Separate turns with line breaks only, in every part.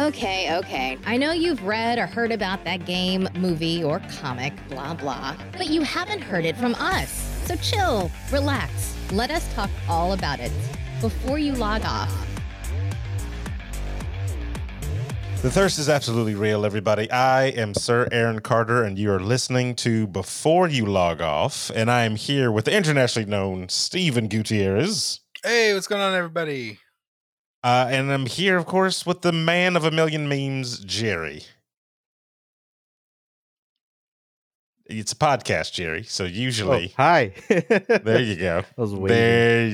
Okay, okay. I know you've read or heard about that game, movie, or comic, blah, blah, but you haven't heard it from us. So chill, relax, let us talk all about it before you log off.
The thirst is absolutely real, everybody. I am Sir Aaron Carter, and you are listening to Before You Log Off, and I am here with the internationally known Steven Gutierrez.
Hey, what's going on, everybody?
Uh, and I'm here, of course, with the man of a million memes, Jerry. It's a podcast, Jerry. So usually,
Oh, hi. Oh.
there you go.
I was waiting.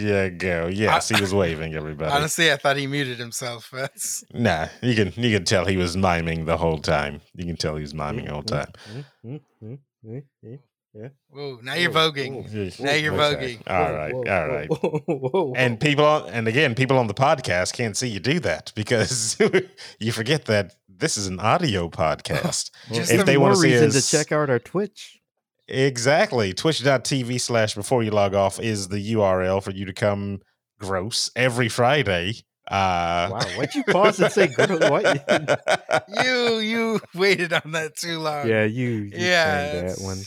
There you go. Yes, he was waving everybody.
Honestly, I thought he muted himself. That's
Nah, you can you can tell he was miming the whole time. You can tell he was miming the whole time.
whoa. Now you're voguing. Now you're
Okay.
voguing.
All right, all right.
right.
And people, on, and again, people on the podcast can't see you do that because you forget that this is an audio podcast.
Just
if
the
they
more
want to see
reason
us-
to check out our Twitch.
Exactly. Twitch.tv slash before you log off is the URL for you to come gross every Friday. Uh,
Wow, why'd you pause and say gross? What?
You you waited on that too long.
yeah, you, you
Yeah,
planned that
it's-
one.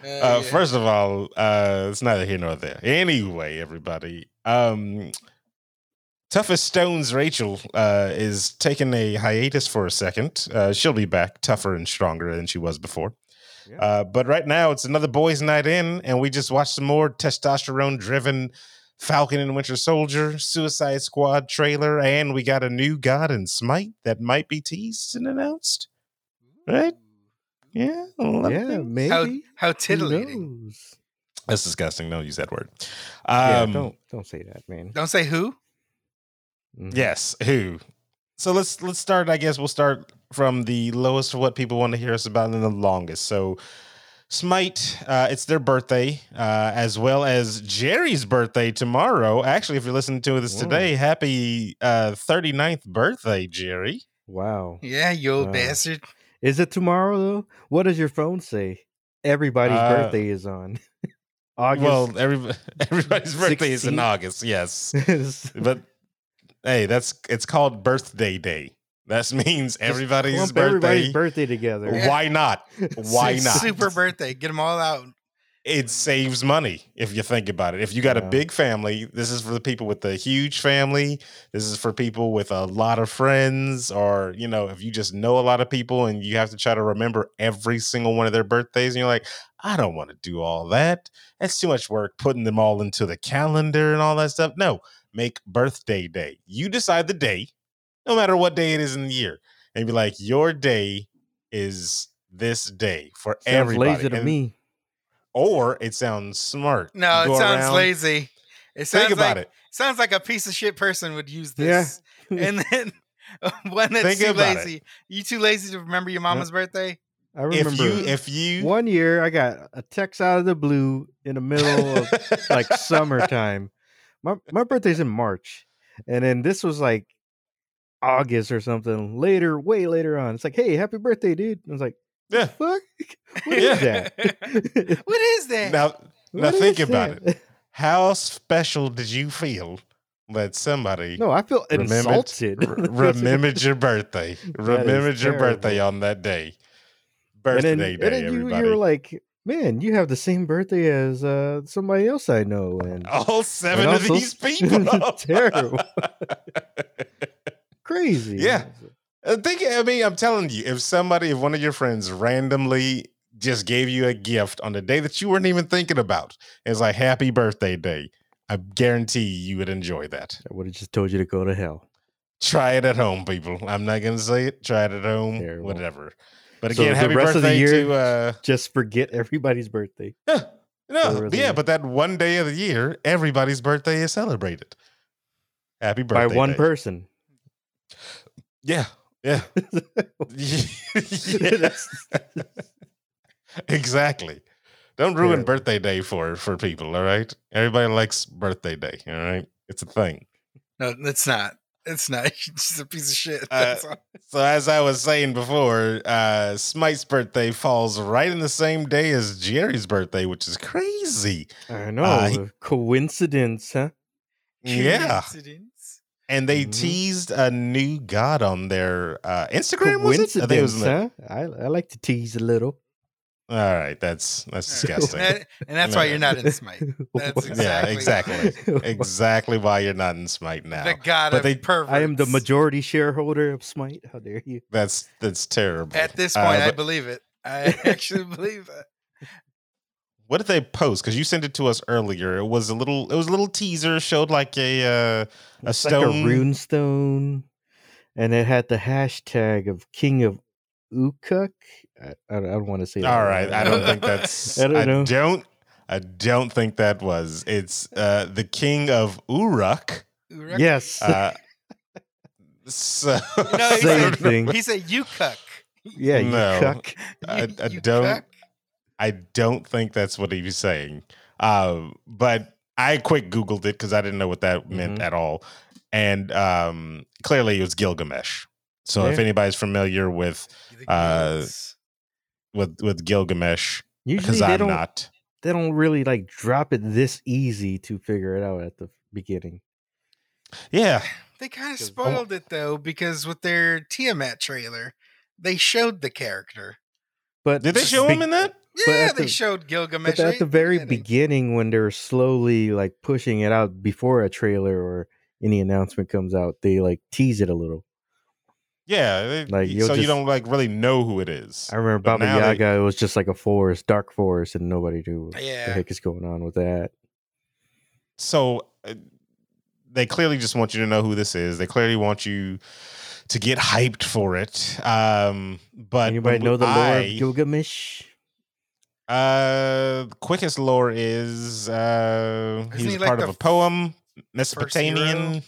Uh,
uh,
yeah.
First of all, uh, it's neither here nor there. Anyway, everybody, um, toughest stones. Rachel uh, is taking a hiatus for a second. Uh, she'll be back tougher and stronger than she was before.
Yeah.
Uh, but right now, it's another boys' night in, and we just watched some more testosterone-driven Falcon and Winter Soldier, Suicide Squad trailer, and we got a new god in Smite that might be teased and announced. right? Yeah, I love
Yeah,
it.
maybe.
How
Who
how titillating.
knows?
That's disgusting. Don't use that word.
Yeah,
Um,
don't don't say that, man.
Don't say who.
Mhm.
Yes, who? So let's let's start. I guess we'll start from the lowest of what people want to hear us about and the longest. So, Smite, uh, it's their birthday, uh, as well as Jerry's birthday tomorrow. Actually, if you're listening to this
Whoa.
today, happy uh, 39th birthday, Jerry.
Wow.
Yeah, you old
Uh,
bastard.
Is it tomorrow though? What does your phone say? Everybody's
Uh,
birthday is on August.
Well, every, everybody's birthday is in
16th?
August. Yes, but hey, that's it's called birthday day. That means everybody's
Clump
birthday.
everybody's birthday together.
Yeah.
Why not? Why
Su-
not?
Super birthday. Get them all out.
it saves money if you think about it. If you got a
Yeah.
big family, this is for the people with a huge family. This is for people with a lot of friends, or you know, if you just know a lot of people and you have to try to remember every single one of their birthdays, and you're like, I don't want to do all that. That's too much work putting them all into the calendar and all that stuff. No, make birthday day. You decide the day, no matter what day it is in the year, and be like, your day is this day for
Sounds
everybody.
lazy to
And-
me.
or it sounds smart.
No,
You
it
go
sounds
around-
lazy. It sounds
Think about
like,
it.
Sounds like a piece of shit person would use
Yeah.
this. And then one that's
Think
too
about it.
lazy. You too lazy to remember your mama's birthday?
I remember
If you if you
one year I got a text out of the blue in the middle of like summertime. My my birthday's in March, and then this was like August or something later, way later on. It's like, hey, happy birthday, dude! I was like,
yeah.
fuck, what
Yeah.
is that?
What is that?
Now
What
think
is
about
that?
how special did you feel that somebody
No, I feel
remembered-
insulted.
r- remembered your birthday? Remembered your birthday on that day.
And
Birthday
then,
day,
and then you,
everybody.
you were like, man, you have the same birthday as uh, somebody else I know, and
all seven
and
of
also-
these people.
terrible, crazy.
Yeah. I Uh, think I mean I'm telling you, if somebody, if one of your friends randomly just gave you a gift on a day that you weren't even thinking about, it's like happy birthday day. I guarantee you would enjoy that.
I would have just told you to go to hell.
Try it at home, people. I'm not gonna say it. Try it at home,
Terrible.
whatever. But
So
again,
the
happy
rest of the
birthday
year-
to uh
Just forget everybody's birthday.
huh,
for the
no,
rest of
yeah,
the-
but that one day of the year, everybody's birthday is celebrated. Happy birthday
by one
day.
person.
Yeah, yeah. yeah. exactly. Don't ruin
Terrible.
birthday day for for people. All right, everybody likes birthday day. All right, it's a thing.
No, it's not. It's not. It's just a piece of shit.
Uh,
That's all.
So as I was saying before, uh, Smite's birthday falls right in the same day as Jerry's birthday, which is crazy.
I know.
Uh, he-
coincidence, huh?
Yeah,
Coincidence.
and they
Mhm.
teased a new god on their uh, Instagram. Was it? I think it was
Coincidence,
in the-
huh? I, I like to tease a little.
All right, that's that's disgusting.
And, and that's why you're not in Smite. That's
Yeah,
exactly.
exactly why you're not in Smite now.
The god
But
of
they-
perverts.
I am the majority shareholder of Smite. How dare you?
That's that's terrible.
At this
Uh,
point, I
but
believe it. I actually believe it.
what did they post? Because you sent it to us earlier. It was a little. It was a little teaser. Showed like a. Uh, A
It's like
stone?
a rune stone, and it had the hashtag of King of Ukuk. I, I, don't- I don't want to say. that
all
word.
right, I don't think that's.
I don't
I
know.
don't. I don't think that was. It's uh, the king of Uruk.
Uruk-
Yes,
Uh, so
You know, he
same
said,
thing.
he said, "You cuck."
Yeah,
No.
Ukuk.
I-
You-
I
you
don't-
cuck.
I don't think that's what he was saying. Um, but I quick Googled it because I didn't know what that meant
Mhm.
at all. And um, clearly it was Gilgamesh. So if
Yeah.
anybody's familiar with
The
Uh,
gods.
with with Gilgamesh,
Usually
because
they
I'm
don't.
not.
They don't really like drop it this easy to figure it out at the beginning.
Yeah,
They kind of
Because-
spoiled it though, because with their Tiamat trailer, they showed the character.
But
did they show him
Be-
in that?
But
Yeah,
at
they
the-
showed Gilgamesh
But at
right
the very
beginning.
beginning, when they're slowly like pushing it out before a trailer or any announcement comes out, they like tease it a little.
Yeah, they-
Like,
so
you'll
you
just-
don't like really know who it is.
I remember
But
Baba
now they-
Yaga. It was just like a forest, dark forest, and nobody knew what the
Yeah,
heck is going on with that.
so uh, they clearly just want you to know who this is. They clearly want you to get hyped for it. Um, but
Anybody
when
know the lore
I-
of Gilgamesh?
Uh, quickest lore is uh,
Isn't
he was
he like
part
the
of a
f-
poem,
first
Mesopotamian.
hero?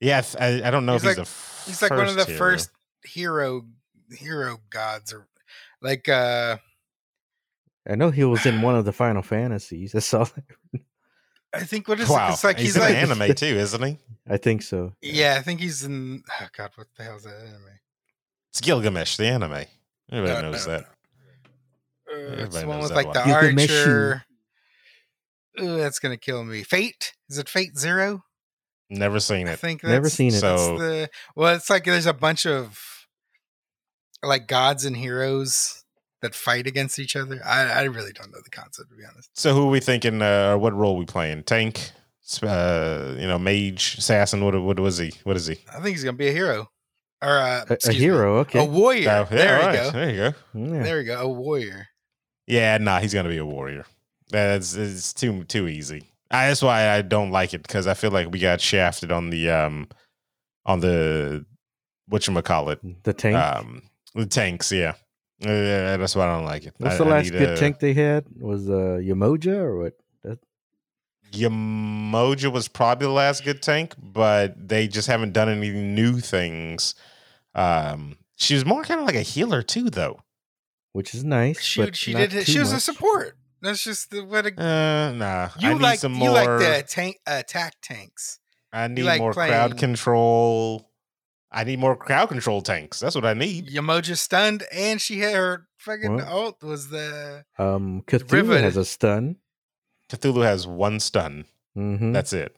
Yeah, th- I, I don't know
He's
if
like-
he's a.
he's like one of the
hero.
first hero hero gods, or like uh,
I know he was in one of the Final Fantasies. That's all.
I think what is
Wow,
it? It's like
he's,
he's,
in
like
an anime too, isn't he?
I think so.
yeah, I think he's in. Oh God, what the hell's that anime? Uh,
It's Gilgamesh, the anime. Everybody
No,
knows
no,
that.
no. Uh, it's
Everybody
the one
knows
with
that
like
one.
the
Gilgamesh.
archer. Ooh, that's gonna kill me. Fate is it Fate Zero?
Never seen
I
it.
think that's,
Never seen it.
So-
That's the well, it's like there's a bunch of like gods and heroes that fight against each other. I, I really don't know the concept to be honest.
So who are we thinking? Uh, or what role we playing? Tank, Sp- uh, you know, mage, assassin. What what was he? What is he?
I think he's gonna be a hero or uh,
A, a
excuse me,
hero. Okay.
a warrior.
Oh, yeah,
there we
all right,
go.
There you go.
Yeah.
There we go. A warrior.
Yeah, nah, he's gonna be a warrior. That's it's too too easy. I, that's why I don't like it because I feel like we got shafted on the um on the what you call it
The tank.
um the tanks. Yeah, Yeah, that's why I don't like it.
What's
I-
the
I
last
need
good
a-
tank they had? Was uh, Yamoja or what?
Yamoja was probably the last good tank, but they just haven't done any new things. Um, she was more kind of like a healer too, though.
Which is nice.
She
but
she
not
did it.
too
She was a
much.
support. That's just the, what a,
Uh, nah, I
you
need
like.
some
You
more.
like the tank uh, attack tanks.
I need
like
more
playing-
crowd control. I need more crowd control tanks. That's what I need.
Yamoja stunned, and she had her fucking
What?
alt was the
Um, Cthulhu
Riven.
has a stun.
Cthulhu has one stun.
Mm-hmm.
That's it.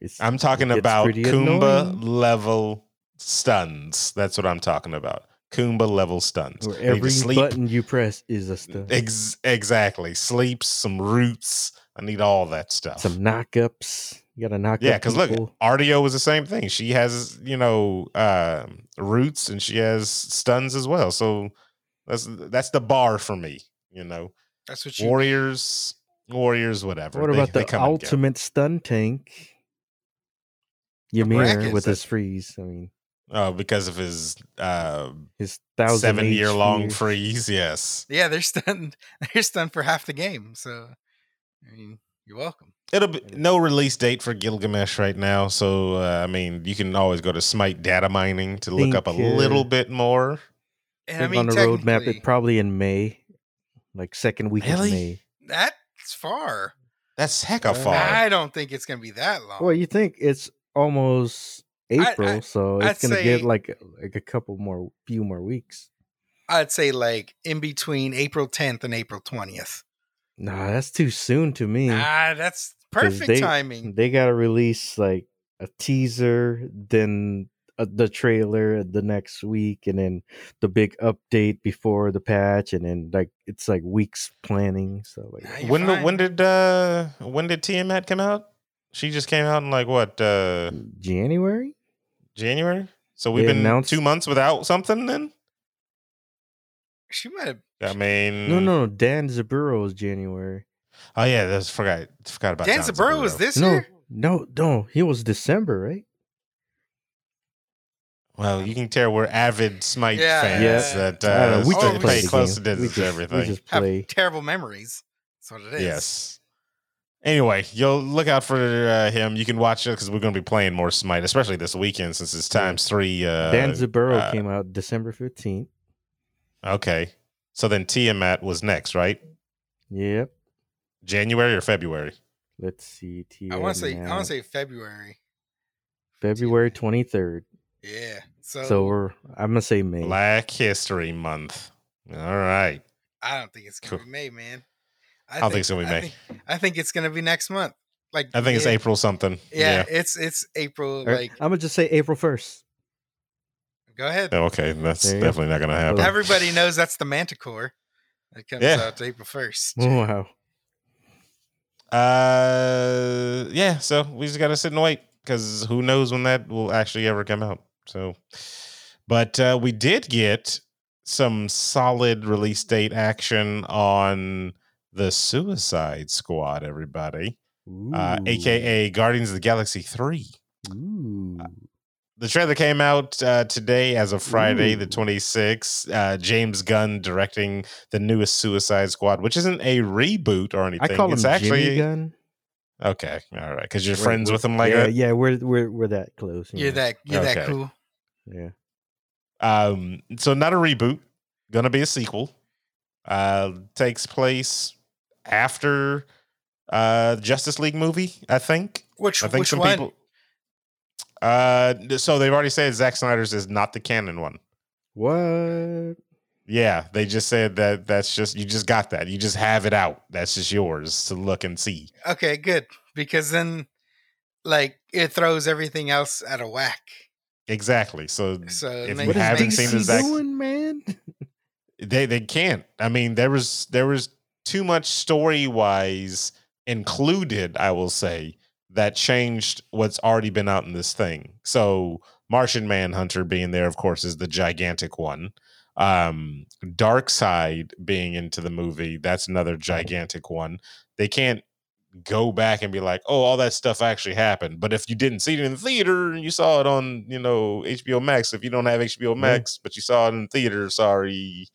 It's,
I'm talking
It's
about
pretty
Kumba
annoying.
level stuns. That's what I'm talking about. Kumba level stuns.
where
They need to
every button you press is a stun.
Ex- exactly. Sleeps, some roots. I need all that stuff.
Some knockups. You got to knock.
yeah,
up
because look,
people.
Ardeo was the same thing. She has, you know, um roots and she has stuns as well. So that's that's the bar for me, you know.
that's what you
Warriors, Warriors, whatever.
What
They-
about
they
the
come and go.
ultimate stun tank? Ymir
brackets
with
that-
his freeze. I mean,
Oh, because of his uh,
his thousand age
seven-year-long
freeze.
freeze. Yes,
Yeah, they're stunned. They're stunned for half the game. So, I mean, you're welcome.
it'll be no release date for Gilgamesh right now. So uh, I mean, you can always go to Smite data mining to look up a
Think, uh,
little bit more.
And I
Look
mean,
on the roadmap,
technically,
it probably in May, like second week
Really?
of May.
that's far.
That's heck of
Uh,
far.
I don't think it's gonna be that long.
Well, you think it's almost
I-
April, so
I'd
it's gonna get
say-
like like a couple more, few more weeks.
I'd say like in between April 10th and April 20th.
Nah, that's too soon to me.
Ah, that's
'Cause
perfect
they-
timing.
They gotta release like a teaser, then uh, the trailer the next week, and then the big update before the patch, and then like it's like weeks planning. So
Now
like
you're
when the,
fine.
when did uh when did Tiamat come out? She just came out in like what uh
January.
January? So we've
They
been
announced-
two months without something then?
she might have
I mean
Mm.
No, no, no. Dan Zaburo is January.
Oh yeah, that's forgot forgot about
Dan
Don
Zaburo was
Zaburo.
this
no,
year?
no, no. He was December, right?
Well, you can tell we're avid Smite
Yeah.
fans
Yeah.
that
I don't
uh,
know,
we
we
so
just
you
can
can
play
pay
the
close
game. We
attention
just,
to
We
everything.
just
Have
play.
terrible memories. That's what it is.
Yes. Anyway, you'll look out for uh, him. You can watch it because we're going to be playing more Smite, especially this weekend since it's times three. Uh,
Dan Zaburo
uh,
came out December fifteenth.
okay, so then Tiamat was next, right?
Yep.
January or February?
Let's see.
I want to say I want
TNL.
to say February.
February twenty third.
Yeah. So,
So we're I'm gonna say May.
Black History Month. All right.
I don't think it's gonna
Cool.
be May, man.
I don't think it's gonna be
I
May.
think- I think it's gonna be next month. Like
I think it's
yeah,
April something.
Yeah, it's it's April.
Or,
Like,
I'm gonna just say April first.
go ahead.
Yeah. Oh, Okay, that's
There you go.
definitely not going to happen.
Everybody knows that's the Manticore. It comes
Yeah.
out April first.
Wow.
Uh, yeah. So we just gotta sit and wait because who knows when that will actually ever come out. So, but uh, we did get some solid release date action on the Suicide Squad, everybody, uh,
Ooh.
aka Guardians of the Galaxy Three.
Ooh.
The trailer came out uh, today as of Friday, the
Ooh.
26th. Uh, James Gunn directing the newest Suicide Squad, which isn't a reboot or
I
anything.
call him
it's
actually,
actually
Jimmy Gun.
Okay, all right, because you're
We're-
friends
we're-
with him like uh,
yeah,
that.
yeah, we're we're we're that close.
You're
yeah,
that you're that
Okay.
cool.
Yeah.
Um, so not a reboot, gonna be a sequel. Uh, takes place after uh Justice League movie, I think.
Which
I think
which
some
one?
people. Uh, so they've already said Zack Snyder's is not the canon one.
What?
Yeah, they just said that that's just you just got that. You just have it out. That's just yours to look and see.
Okay, good. Because then, like, it throws everything else out of whack.
Exactly. So
So
If
make-
you
What is
haven't
make-
seen
DC
the Zack-
doing, man?
they they can't. I mean, there was there was too much story wise included, I will say, that changed what's already been out in this thing. So Martian Manhunter being there, of course, is the gigantic one. Um Dark Side being into the movie, that's another gigantic one. They can't go back and be like, oh, all that stuff actually happened. But if you didn't see it in the theater and you saw it on, you know, HBO Max, if you don't have HBO Max, but you saw it in theater, sorry,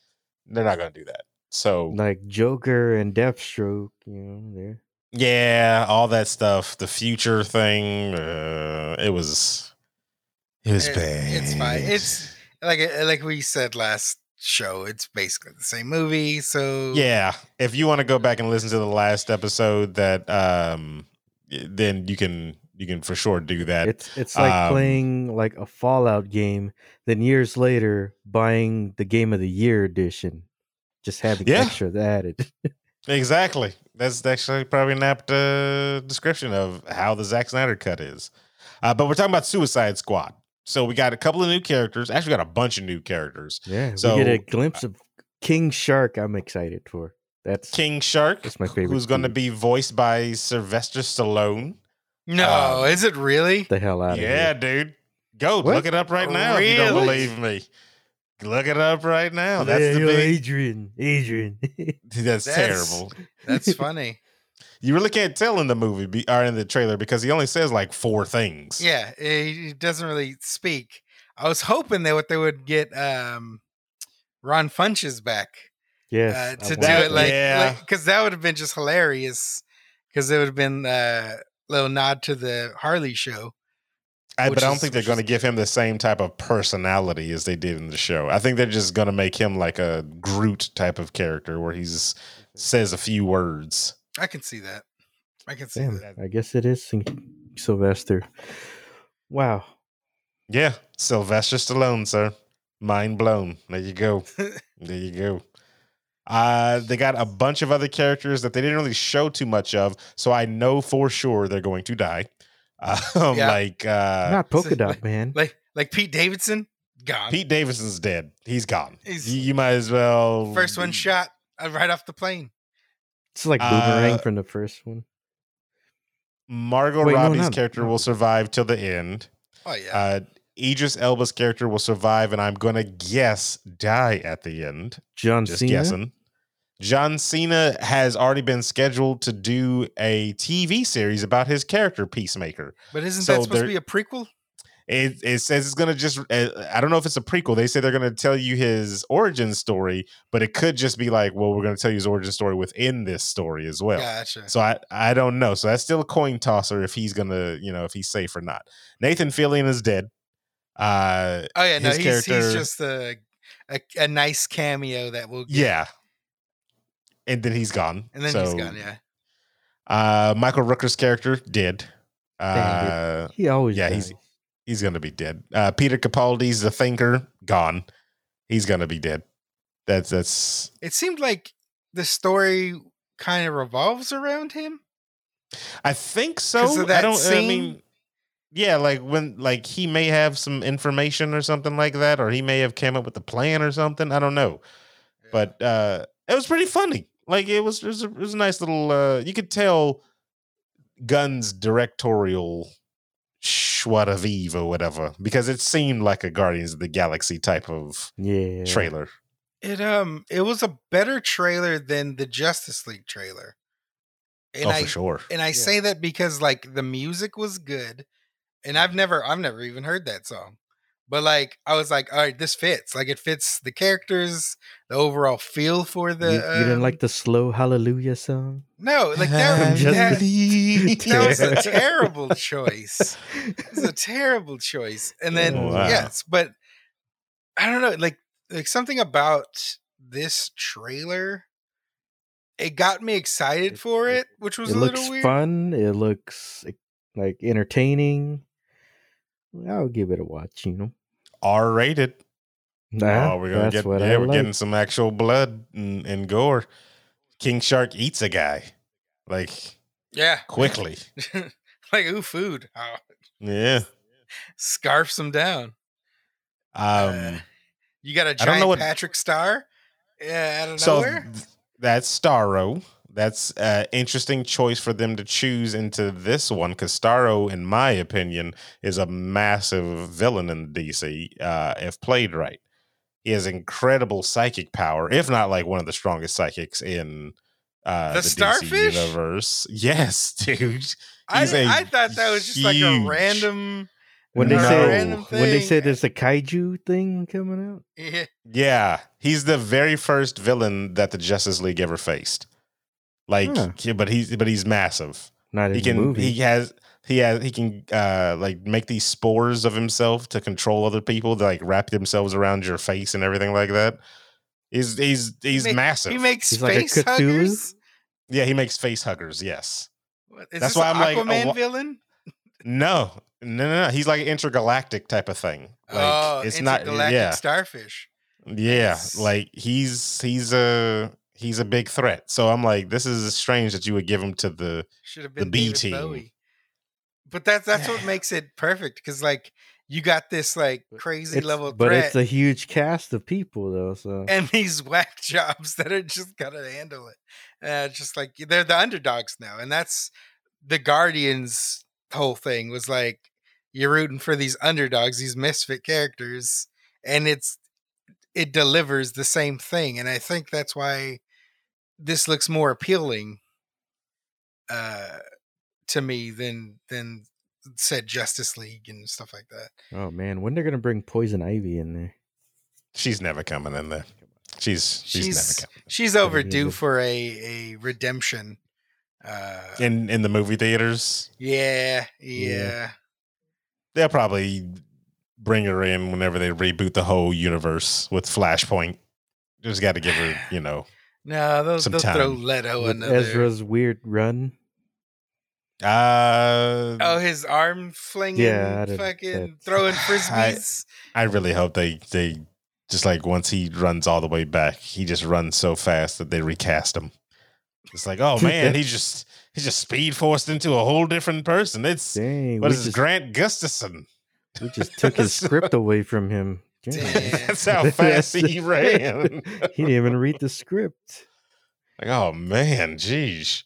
they're not going to do that. So,
Like Joker and Deathstroke, you know, there.
yeah, all that stuff, the future thing, uh, it was, it was
It-
bad.
it's fine. It's- like uh, like we said last show, it's basically the same movie. So
yeah. If you want to go back and listen to the last episode, that um, y- then you can you can for sure do that.
It's it's like
um,
playing like a Fallout game, then years later buying the Game of the Year edition, just having
Yeah.
extra added.
Exactly. That's actually probably an apt uh, description of how the Zack Snyder cut is. Uh, but we're talking about Suicide Squad. So we got a couple of new characters. Actually, got a bunch of new characters.
Yeah, we get
So, uh,
a glimpse of King Shark. I'm excited for. That's
King Shark,
That's my favorite
who's going to
dude.
be voiced by Sylvester Stallone.
No,
Um,
is it really?
the hell out
Yeah,
of
dude. Go
What?
look it up right now if you don't
Really?
believe me. Look it up right now.
here.
That's the
Yo,
big.
Adrian. Adrian.
That's,
That's-
terrible.
That's funny.
You really can't tell in the movie be, or in the trailer because he only says like four things.
Yeah, he doesn't really speak. I was hoping that what they would get um Ron Funches back uh,
yes, I
to do
want
that.
it like
Yeah.
because that would have been just hilarious because it would have been uh, little nod to the Harley show.
I,
which
but I don't
is-
think they're
which
going to
is-
give him the same type of personality as they did in the show. I think they're just going to make him like a Groot type of character where he's says a few words.
I can see that. I can see
Damn,
that.
I guess it is Syn- Sylvester. Wow.
Yeah, Sylvester Stallone, sir. Mind blown. There you go. there you go. Uh, they got a bunch of other characters that they didn't really show too much of, so I know for sure they're going to die. Um,
Yeah.
Like uh,
Not polka
it's-
dot man.
Like like Pete Davidson, gone.
Pete Davidson's dead. He's gone.
He's-
you, you might as well.
First one shot uh, right off the plane.
It's like
uh,
boomerang from the first one.
Margot
Wait, no,
Robbie's
not-
character
no.
will survive till the end.
Oh yeah.
Uh, Idris Elba's character will survive, and I'm gonna guess die at the end.
John
Just
Cena.
guessing. John Cena has already been scheduled to do a TV series about his character Peacemaker.
but isn't
so
that supposed
there-
to be a prequel?
It, it says it's going to just, uh, I don't know if it's a prequel. They say they're going to tell you his origin story, but it could just be like, well, we're going to tell you his origin story within this story as well.
Gotcha.
So I, I don't know. So that's still a coin tosser if he's going to, you know, if he's safe or not. Nathan Fillion is dead. Uh,
Oh yeah, no,
his
he's,
character-
he's just a, a a nice cameo that will get,
yeah. And then he's gone.
and then he's
So,
gone. Yeah,
Uh, Michael Rooker's character dead.
Dang, dude.
Uh,
He always
Yeah,
yeah
he's- he's gonna be dead. Uh, Peter Capaldi's the thinker gone. He's gonna be dead. That's that's.
it seemed like the story kind of revolves around him.
I think
'Cause
so.
of
I
that
don't. I
scene?
mean, yeah, like when like he may have some information or something like that, or he may have came up with a plan or something. I don't know, but uh, it was pretty funny. Like it was, it was, a, it was a nice little. Uh, you could tell Gunn's directorial schwa or whatever because it seemed like a Guardians of the Galaxy type of
yeah.
trailer.
It um, it was a better trailer than the Justice League trailer. And
oh,
I
for sure.
and I
Yeah.
say that because like the music was good, and
Mm-hmm.
I've never I've never even heard that song, but like I was like, all right, this fits. Like it fits the characters, the overall feel for
You,
the.
you didn't like
um,
the slow hallelujah song?
no, like that,
Just
that,
believe.
that was a
Yeah.
terrible choice. It's a terrible choice. And
Oh,
then
Wow.
yes, but I don't know, like like something about this trailer. It got me excited for it, which was
it
a
looks
little weird.
fun. It looks like- like entertaining. I'll give it a watch. You know,
R rated.
Nah,
oh, we're gonna
Uh-huh. that's
get
what
yeah,
I
we're
like.
getting some actual blood and, and gore. King Shark eats a guy like
Yeah.
quickly.
like ooh, food. Oh,
yeah.
scarfs them down. Uh,
Um.
you got a
don't know
giant
what-
Patrick Star? Yeah, out of
So
Uh, nowhere.
th- that's Starro. That's an interesting choice for them to choose into this one because Starro, in my opinion, is a massive villain in DC uh, if played right. He has incredible psychic power, if not like one of the strongest psychics in uh,
The
DC
starfish?
universe. Yes, dude.
I,
he's
didn't-
a
I thought that was just like a
huge-
random.
when they
No.
say
Random
when they
thing.
say there's a kaiju thing coming out.
Yeah,
Yeah, he's the very first villain that the Justice League ever faced. Like,
Huh.
yeah, but he's but he's massive.
Not in
he can
the movie.
he has he has he can uh like make these spores of himself to control other people to like wrap themselves around your face and everything like that. He's he's he's
ma-
massive.
He makes
He's like a
space
Cthulhu?
huggers.
yeah, he makes face huggers. Yes.
What, Is
That's
this
why
an
I'm like, uh, a
Aquaman
wa-
villain.
No. No, no, no. He's like an intergalactic type of thing. Like
oh,
it's not
intergalactic
yeah.
starfish.
Yeah,
Yes.
like he's he's a he's a big threat. So I'm like, this is strange that you would give him to the
Should have been
B
David
team.
Bowie. But that's that's what
Yeah.
makes it perfect because like you got this like crazy
It's-
level
but
threat
it's a huge cast of people though. So
and these whack jobs that are just gotta handle it. Uh, just like they're the underdogs now, and that's the Guardians' whole thing was like you're rooting for these underdogs, these misfit characters, and it's it delivers the same thing, and I think that's why this looks more appealing uh, to me than than said Justice League and stuff like that.
oh man, when they're gonna bring Poison Ivy in there?
she's never coming in there. She's she's,
She's-
never
She's
Probably
overdue
needed.
for a a redemption. Uh,
coming in in the movie theaters.
Yeah,
Yeah.
yeah.
They'll probably bring her in whenever they reboot the whole universe with Flashpoint. Just got to give her, you know.
No, they'll,
Some
they'll throw
time.
Leto
With
Oh, another.
Ezra's weird run.
Uh,
Oh, his arm flinging,
Yeah, I didn't-
fucking
that-
throwing
I-
frisbees.
I really hope they they just like once he runs all the way back, he just runs so fast that they recast him. It's like, oh man, he just he just speed forced into a whole different person. It's
Dang,
what
we
is this,
just,
Grant Gustafson?
we just took his
So-
script away from him. Damn.
Damn.
That's how fast
That's-
he ran.
he didn't even read the script.
Like, oh man, geez.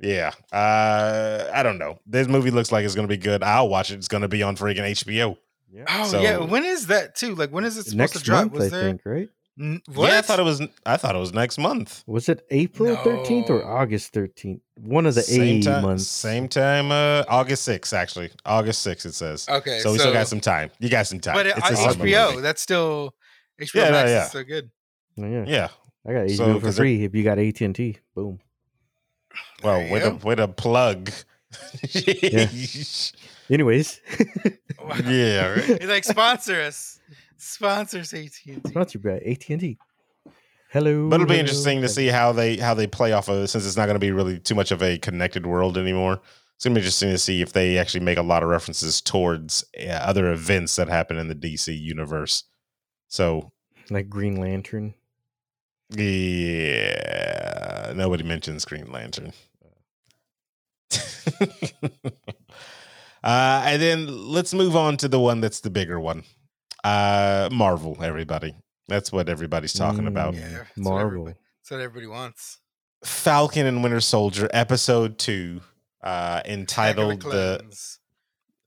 Yeah. Uh I don't know. This movie looks like it's gonna be good. I'll watch it. It's gonna be on freaking HBO.
Yeah.
Oh
So-
yeah, when is that too? Like when is it supposed
Next
to drop?
month,
Was
I
there?
think, right?
N- what?
Yeah, I thought it was I thought it was next month.
Was it April 13th or
No.
August 13th? One of the
same
A
time,
months.
Same time, uh August 6th, actually. August 6th, it says.
okay.
so we still got some time. You got some time.
But it,
It's a
on
summer
HBO,
movie.
that's still HBO
Yeah, no,
Max
yeah.
is so good.
Oh, yeah.
Yeah.
I got HBO
So,
for
'cause they're-
free if you got AT and T. Boom.
Well,
There you
with a
go.
with a plug. Jeez.
Anyways,
Wow.
yeah. right?
He's like sponsor us, sponsors AT and T.
sponsored by AT and T. Hello.
But it'll be
hello.
interesting to see how they how they play off of it since it's not going to be really too much of a connected world anymore. It's going to be interesting to see if they actually make a lot of references towards uh, other events that happen in the DC universe. So
like Green Lantern.
yeah, nobody mentions Green Lantern. uh, and then let's move on to the one that's the bigger one, uh, Marvel. Everybody, that's what everybody's talking
Mm,
about.
Yeah, that's what
Marvel.
everybody- That's what everybody wants.
Falcon and Winter Soldier episode two, uh,
Attack of
entitled the
Clones.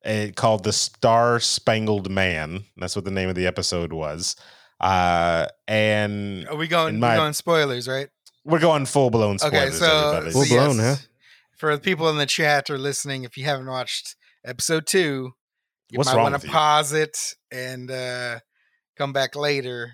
it called the Star Spangled Man. That's what the name of the episode was. Uh, and
Are we going?
in my-
we're going spoilers, right?
we're going full blown
Okay,
spoilers.
so,
everybody.
so
Full blown, huh?
For the people in the chat or listening, if you haven't watched episode two, you
What's
might
wrong
want
with
to
you?
pause it and uh, come back later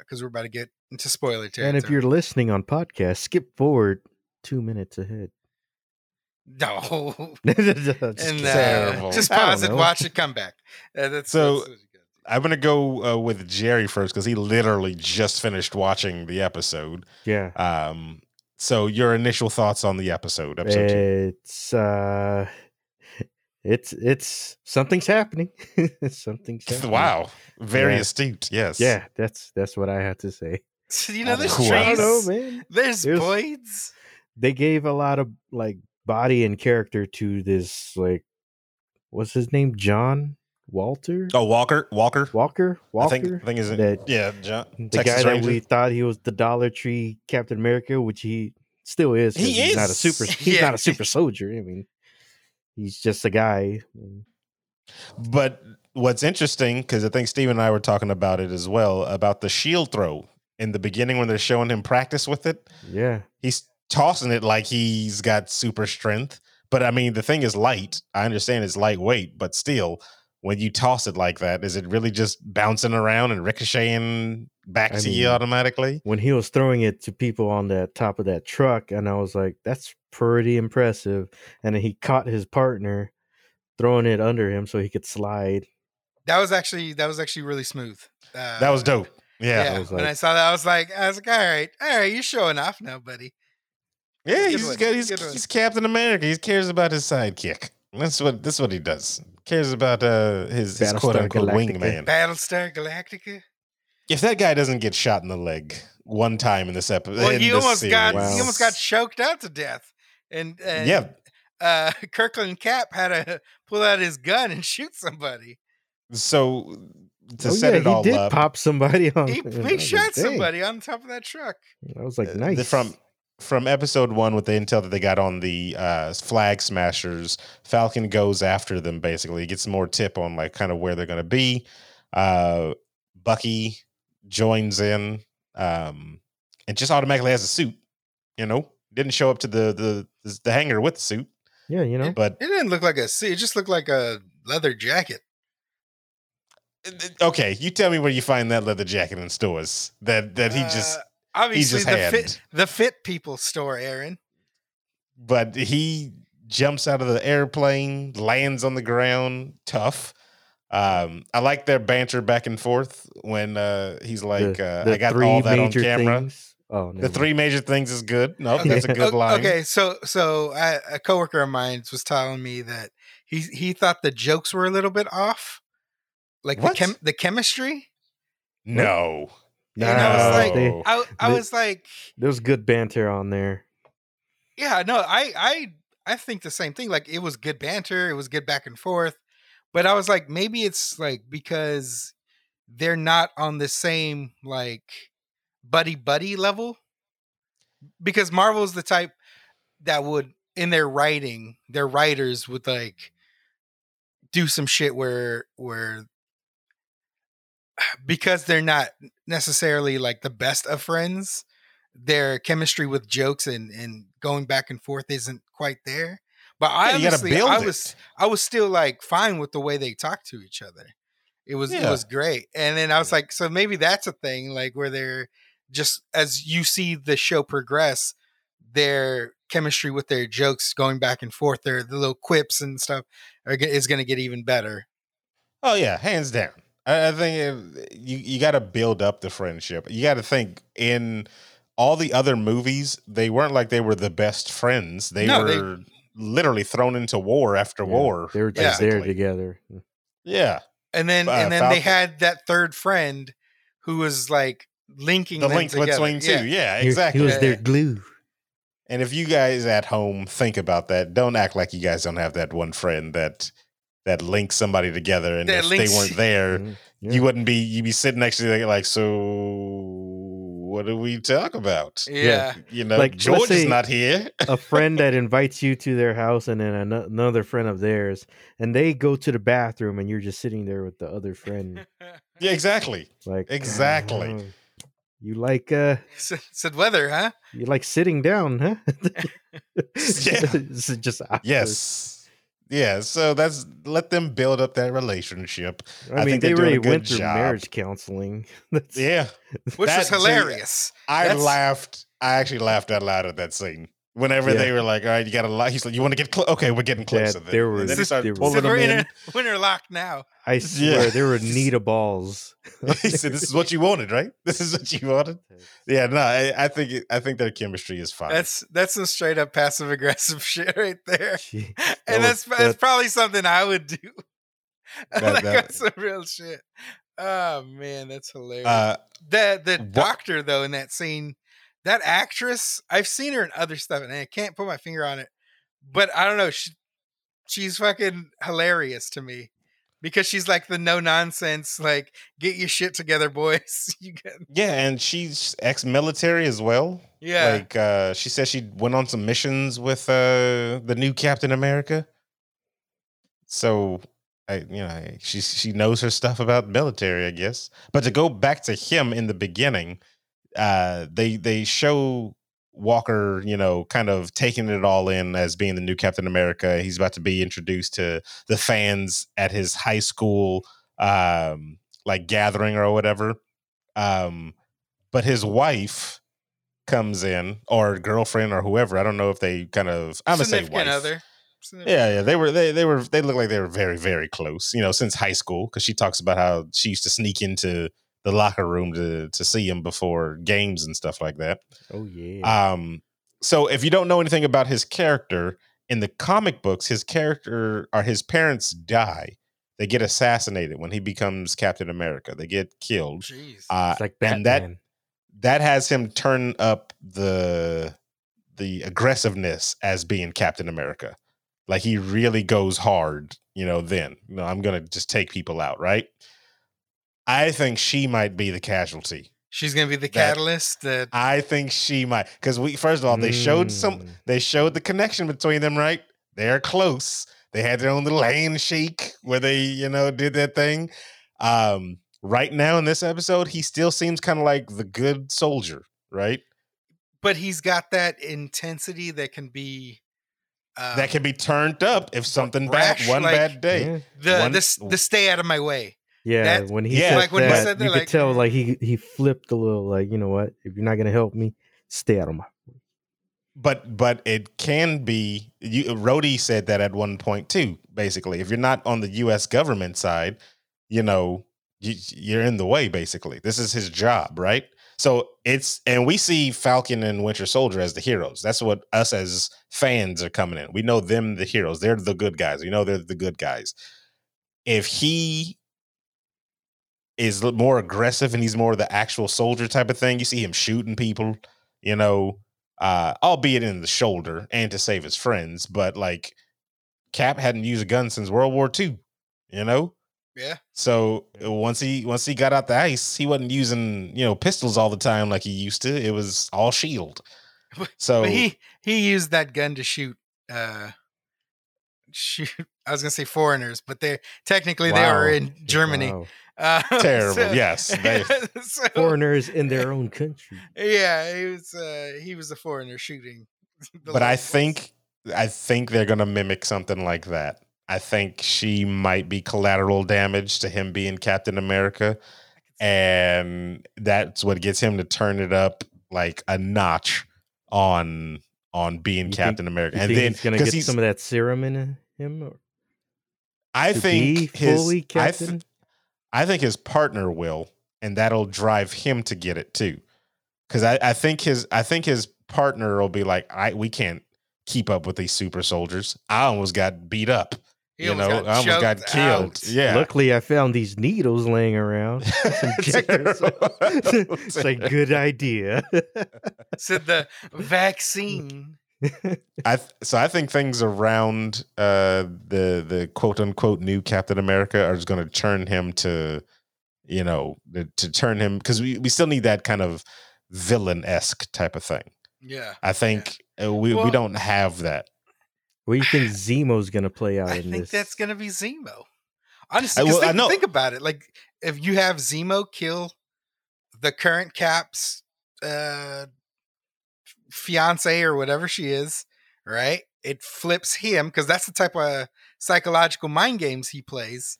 because we're about to get into spoiler territory.
And if you're listening on podcast, skip forward two minutes ahead.
no,
and,
and
Terrible.
uh, just pause it, watch it, come back. Uh, that's
So-
that's what you gotta do.
I'm gonna go uh, with Jerry first because he literally just finished watching the episode.
Yeah.
Um, so your initial thoughts on the episode? Episode two.
It's uh, it's it's something's happening. something's happening.
Wow, very
Yeah.
astute. Yes.
Yeah, that's that's what I had to say.
So, you know,
I
there's
don't know.
I
trees,
don't know, man.
there's
It was-
voids.
They gave a lot of like body and character to this. Like, what's his name? John Walter
Oh, Walker. Walker.
Walker
I
Walker.
think. I think is it?
that-
Yeah. John,
the
Texas
guy that
Ranger.
we thought he was the Dollar Tree Captain America, which he still is. 'cause
He
he's not a
is.
super. He's
Yeah.
not a super soldier. I mean, he's just a guy.
But what's interesting, because I think Steve and I were talking about it as well, about the shield throw in the beginning when they're showing him practice with it,
Yeah.
he's tossing it like he's got super strength. But I mean, the thing is light. I understand it's lightweight, but still, when you toss it like that, is it really just bouncing around and ricocheting back
I
to you
mean-
automatically?
when he was throwing it to people on the top of that truck, and I was like, "That's pretty impressive." And then he caught his partner throwing it under him so he could slide.
That was actually that was actually really smooth. Uh,
That was dope. Yeah.
I was
when
like-
I saw that, I was like, I was like, all right, all right, you're showing off now, buddy.
Yeah,
Good
he's
one.
got, he's,
Good one.
he's Captain America. He cares about his sidekick. That's what that's what he does. Cares about uh his, his
Battlestar
quote unquote
Galactica.
wingman.
Battlestar Galactica.
If that guy doesn't get shot in the leg one time in this episode,
Well, he almost got
Wow.
he almost got choked out to death, and, and
yeah,
uh, Kirkland Cap had to pull out his gun and shoot somebody.
so to
Oh,
set
yeah,
it
he
all
did
up,
pop somebody
Oh,
on.
He,
him. I
he
was
shot
like, "Dang."
somebody on top of that truck.
I was like,
uh, the-
"Nice."
from from episode one with the intel that they got on the uh, flag smashers. Falcon goes after them basically. He gets more tip on like kind of where they're going to be. Uh, Bucky joins in um, and just automatically has a suit. You know, didn't show up to the the the hangar with the suit,
yeah, you know,
but
It didn't look like a suit; it just looked like a leather jacket.
uh, okay, you tell me where you find that leather jacket in stores that that he just
Uh,
he
obviously
just
the
had.
fit the fit people store, Aaron.
But he jumps out of the airplane, lands on the ground, tough. Um, I like their banter back and forth when uh, he's like,
the,
uh,
the
"I got
three
all that on
major
camera."
things. Oh,
The three major things is good. No,
Okay.
that's a good
O-
line.
Okay, so so I, a coworker of mine was telling me that he he thought the jokes were a little bit off, like
What?
the chem- the chemistry.
No,
You know, it's like-
Nah, they-
No.
I I
The-
was like,
there was good banter on there.
yeah no i i i think the same thing like it was good banter it was good back and forth but i was like maybe it's like because they're not on the same like buddy buddy level because marvel's the type that would in their writing their writers would like do some shit where where because they're not necessarily like the best of friends their chemistry with jokes and and going back and forth isn't quite there. But I
Yeah, you gotta
honestly,
build
I
it.
was I was still like fine with the way they talked to each other. It was
Yeah.
it was great, and then I was like, so maybe that's a thing, like where they're just as you see the show progress, their chemistry with their jokes going back and forth, their the little quips and stuff are, go- is going to get even better.
Oh yeah, hands down. I, I think if, you you got to build up the friendship. You got to think in all the other movies, they weren't like they were the best friends. They
No, they-
were literally thrown into war after
Yeah,
war.
They were just there
basically.
together.
Yeah,
And then
Uh,
and then they
Falcon-
had that third friend who was like linking
the
them
link
together.
between two.
Yeah.
Yeah,
He-
exactly.
He was
Yeah,
their
yeah.
glue.
and if you guys at home think about that, don't act like you guys don't have that one friend that that links somebody together. And
That
if
links-
they weren't there,
Mhm. Yeah.
you wouldn't be. You'd be sitting next to you like, so what do we talk about?
yeah.
You know,
Like, let's
George is
say-
not here.
a friend that invites you to their house and then ano- another friend of theirs and they go to the bathroom and you're just sitting there with the other friend
Yeah, exactly.
like
Exactly.
"Oh, you like uh
said, said weather, huh?
you like sitting down huh
Yeah.
This is just awkward.
Yes. Yeah. So that's let them build up that relationship.
i,
I
mean
think
they
they're doing a
really
good
went through
job.
marriage counseling That's-
Yeah.
Which
That-
was
so, yeah.
hilarious.
I
That's-
laughed. I actually laughed out loud at that scene. Whenever
Yeah.
they were like, "All right, you got to," lie," he's like, "You want to get close? Okay, we're getting closer."
That-
then."
there
And
were-
then he started
there were-
pulling
Said,
them
we're, in
in.
a, winter lock now.
i swear there were
Yeah.
need balls
he said, "This is what you wanted, right? This is what you wanted." Yeah, no, I, I think it- I think their chemistry is fine.
That's that's some straight up passive aggressive shit right there.
Gee,
And
was-
that's that's
that-
probably something I would do.
That-
like
that-
that's some real shit. Oh man, that's hilarious.
uh,
the the
what-
doctor though in that scene, that actress, I've seen her in other stuff and I can't put my finger on it. But I don't know, she, she's fucking hilarious to me. Because she's like the no nonsense, like get your shit together, boys. You get
yeah, and she's ex-military as well.
yeah.
Like uh, she said, she went on some missions with uh, the new Captain America. So, I, you know, I- she she knows her stuff about military, I guess. But to go back to him in the beginning, uh, they they show Walker, you know, kind of taking it all in as being the new Captain America. He's about to be introduced to the fans at his high school, um, like gathering or whatever. Um, but his wife comes in, or girlfriend, or whoever. I don't know if they kind of. I'm gonna say wife.
significant other. Significant-
Yeah, yeah, they were they they were they looked like they were very very close, you know, since high school because she talks about how she used to sneak into the locker room to to see him before games and stuff like that.
oh yeah
Um, so if you don't know anything about his character in the comic books, his character or his parents die. They get assassinated when he becomes Captain America. They get killed.
Jeez.
Uh,
it's like
and that-
Batman.
that has him turn up the the aggressiveness as being Captain America. Like he really goes hard, you know, then, you know, I'm going to just take people out, right? I think she might be the casualty.
She's gonna be the
that-
catalyst. That
I think she might cuz we first of all they showed some
Mm.
they showed the connection between them, right? They're close. They had their own little handshake where they, you know, did that thing. Um right now in this episode, he still seems kind of like the good soldier, right?
but he's got that intensity that can be um,
that can be turned up if something bad
rash,
one
like-
bad day.
yeah,
the
one-
the, s- the stay out of my way.
yeah
that-
when he
yeah,
said
like
like
when he
said that,
you
like-
could tell like he he flipped a little like you know what if you're not gonna help me stay out of my
But but it can be you Rhodey said that at one point too, basically. If you're not on the US government side, you know, you, you're in the way basically. This is his job, right? So it's and we see Falcon and Winter Soldier as the heroes. That's what us as fans are coming in. We know them the heroes. They're the good guys. We know they're the good guys. If he is l- more aggressive and he's more the actual soldier type of thing, you see him shooting people, you know, uh, albeit in the shoulder and to save his friends. But like Cap hadn't used a gun since World War II, you know?
Yeah.
So uh, once he once he got out the ice, he wasn't using, you know, pistols all the time like he used to. It was all shield.
But-
So
But he he used that gun to shoot uh shoot I was gonna say foreigners, but they technically they were
Wow.
in Germany.
Wow.
Uh,
terrible.
so-
yes. They,
so-
Foreigners in their own country.
yeah, he was uh he was a foreigner shooting. the
but I
locals.
think I think they're gonna mimic something like that. I think she might be collateral damage to him being Captain America, and that's what gets him to turn it up like a notch on on being
You think-
Captain America.
You
And
think
then
he's gonna
because
get
he's,
some of that serum in him. Or
I
to
think
be
his
fully
I, th-
captain.
I think his partner will, and that'll drive him to get it too. Because I, I think his I think his partner will be like, I we can't keep up with these super soldiers. I almost got beat up.
He
you know,
almost got
I almost got
choked
killed.
out.
Yeah.
Luckily, I found these needles laying around. Injected, so- it's a good idea.
Said the vaccine.
I th- so I think things around uh, the the quote unquote new Captain America are just going to turn him to, you know, the- to turn him because we, we still need that kind of villain esque type of thing.
Yeah.
I think uh, we
Well-
we don't have that.
What do you think Zemo's gonna play out
I
in
think
this?
that's gonna be Zemo. Honestly,
I-
'cause
well, I
think,
know-
think about it. Like if you have Zemo kill the current Cap's uh fiance or whatever she is, right? It flips him because that's the type of psychological mind games he plays.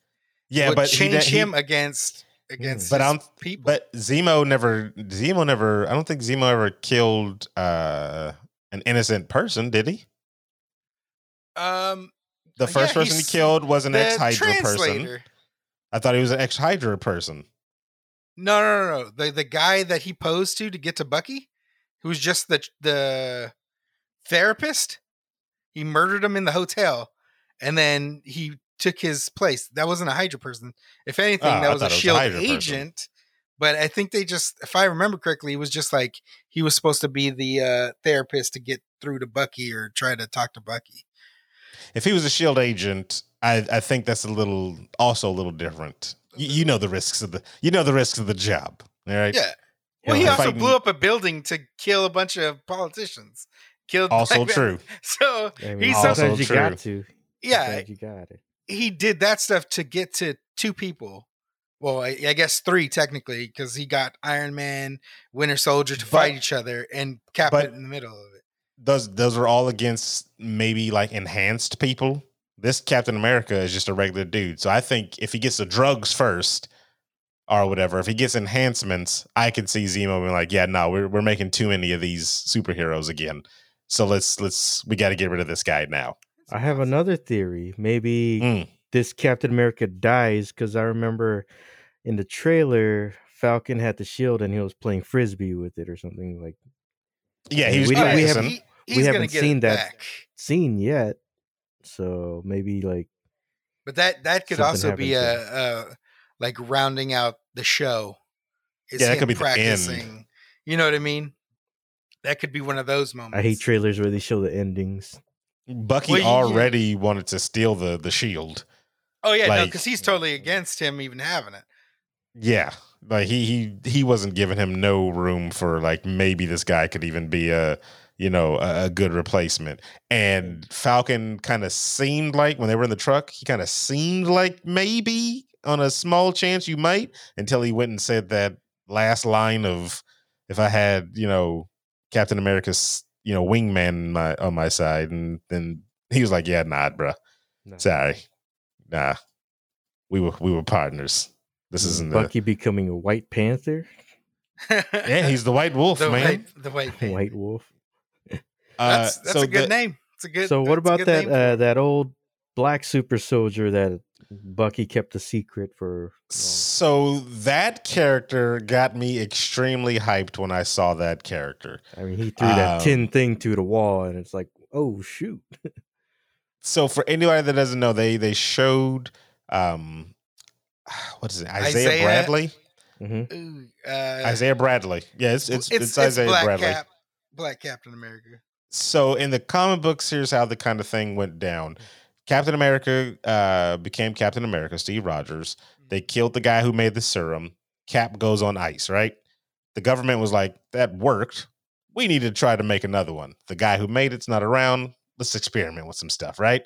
Yeah,
would
but he
change
didn't- he- Hmm,
him against against
But
his
I'm-
people.
But Zemo never Zemo never. I don't think Zemo ever killed uh, an innocent person, did he?
um
The
Yeah,
first person he
he's
killed was an
the
ex Hydra person.
translator.
I thought he was an ex Hydra person.
No, no, no, no. The the guy that he posed to to get to Bucky, who was just the the therapist, he murdered him in the hotel, and then he took his place. That wasn't a Hydra person. If anything,
Ah, I
that was a
thought it was a
Shield
Hydra person.
E agent. But I think they just, if I remember correctly, it was just like he was supposed to be the uh, therapist to get through to Bucky or try to talk to Bucky.
If he was a Shield E agent, I, I think that's a little also a little different. You, you know the risks of the you know the risks of the job. All right.
Yeah.
Yeah,
Well, he
if
also
I-
blew up a building to kill a bunch of politicians. Killed
Also true.
So
I mean,
He's
sometimes
also
you
true.
got to.
yeah,
Sometimes you got it.
he did that stuff to get to two people. Well, I, I guess three technically, because he got Iron Man, Winter Soldier to
But-
fight each other, and Cap
but-
it in the middle of it.
Those those were all against maybe like enhanced people. This Captain America is just a regular dude. So I think if he gets the drugs first or whatever, if he gets enhancements, I could see Zemo being like, Yeah, no, we're we're making too many of these superheroes again. So let's let's we gotta get rid of this guy now.
I have another theory. Maybe
Mm.
this Captain America dies because I remember in the trailer Falcon had the shield and he was playing frisbee with it or something like
Yeah,
Hey,
he was
we- we
practicing.
haven't-
he-
we
he's gonna
haven't
get it
seen that.
back.
seen yet. So maybe like
But that that could
Something
also be
happened to
a, a like rounding out the show. Is
Yeah, that
him
could be the end.
You know what I mean? That could be one of those
Uh,
moments.
I hate trailers where they show the endings.
Bucky
Well, you-
already wanted to steal the the shield.
Oh yeah, no,
like-
because he's totally against him even having it.
Yeah, like he he he wasn't giving him no room for like maybe this guy could even be a you know a, a good replacement. And Falcon kind of seemed like when they were in the truck, he kind of seemed like maybe on a small chance you might until he went and said that last line of if I had you know Captain America's you know wingman in my on my side, and then he was like, yeah, nah, bruh.
No.
Sorry. Nah. We were we were partners. This isn't the
Bucky becoming a White Panther,
Yeah, he's the white wolf,
the
man.
white the white man.
White Wolf.
Uh,
That's, that's
so
a good
the-
name. It's a good.
so what
that's a
about
good
that
name for it.
uh, that old black super soldier that Bucky kept a secret for?
So that character got me extremely hyped when I saw that character.
I mean, he threw that
uh,
Um,
tin thing to the wall, and it's like, oh shoot!
So for anybody that doesn't know, they they showed um what is it? Isaiah,
Isaiah-
Bradley?
Mhm.
Ooh, uh,
Isaiah Bradley. Yeah, it's it's, it's, Isaiah Bradley.
Cap. Black Captain America.
so in the comic books, here's how the kind of thing went down. Captain America uh, became Captain America, Steve Rogers. They killed the guy who made the serum. Cap goes on ice, right? The government was like, that worked. We need to try to make another one. The guy who made it's not around. Let's experiment with some stuff, right?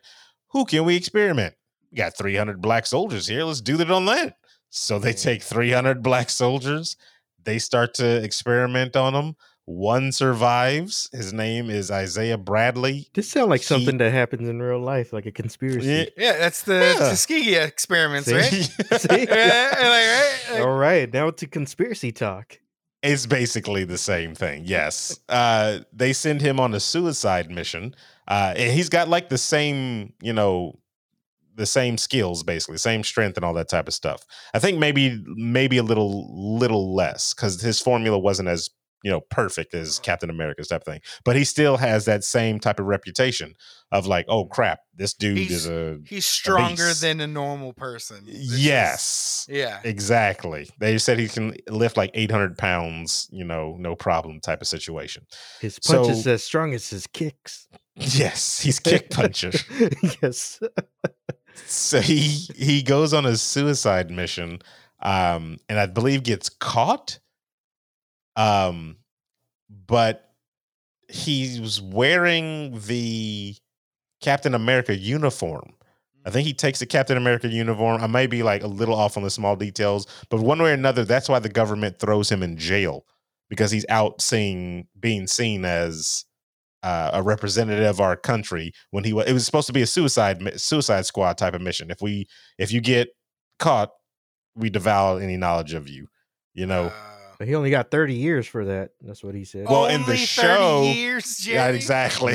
Who can we experiment? We got 300 black soldiers here. Let's do that on that. So they take 300 black soldiers. They start to experiment on them. One survives. His name is Isaiah Bradley.
This sounds like
He-
something that happens in real life, like a conspiracy.
Yeah, that's the
Yeah.
Tuskegee experiments,
See?
right?
See?
Yeah, like, right? Like,
All right, now it's a conspiracy talk.
It's basically the same thing. Yes. Uh, they send him on a suicide mission. Uh, and he's got like the same, you know, the same skills, basically, same strength and all that type of stuff. I think maybe, maybe a little, little less because his formula wasn't as, you know, perfect as Captain America's type of thing. But he still has that same type of reputation of like, oh crap, this dude
He's-
is a.
he's stronger
beast.
than a normal person. It's just-
Yes.
yeah.
Exactly. They said he can lift like 800 pounds, you know, no problem type of situation.
His punch
So-
is as strong as his kicks.
Yes, he's kick puncher.
yes.
so he he goes on a suicide mission, um, and I believe gets caught. Um, but he was wearing the Captain America uniform. I think he takes the Captain America uniform. I may be like a little off on the small details, but one way or another, that's why the government throws him in jail because he's out seeing being seen as uh, a representative of our country when he was. It was supposed to be a suicide mi- suicide squad type of mission. If we if you get caught, we devour any knowledge of you. You know.
Uh,
But he only got 30 years for that. That's what he said.
Well, in the
only 30
show-
years,
Yeah,
Jerry?
exactly.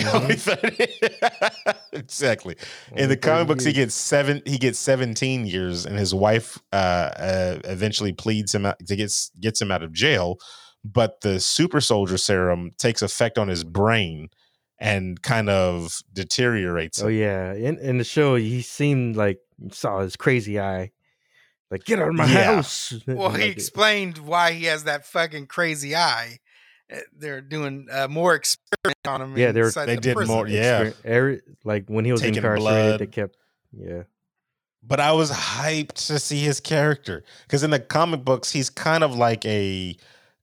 exactly. In
Only
the comic
30
books, he
years.
gets seven. He gets seventeen years, and his wife uh, uh, eventually pleads him out to gets gets him out of jail. But the super soldier serum takes effect on his brain and kind of deteriorates.
Oh,
him.
yeah. In, in the show, he seemed like, saw his crazy eye. Like, get out of my
Yeah.
house.
Well, he
Like,
explained why he has that fucking crazy eye. Uh, They're doing uh, more experiments on him.
Yeah, they're-
inside
They
the
did
prison.
more- yeah.
exper- every- like when he was
Taking
incarcerated,
blood.
they kept, yeah.
but I was hyped to see his character because in the comic books, he's kind of like a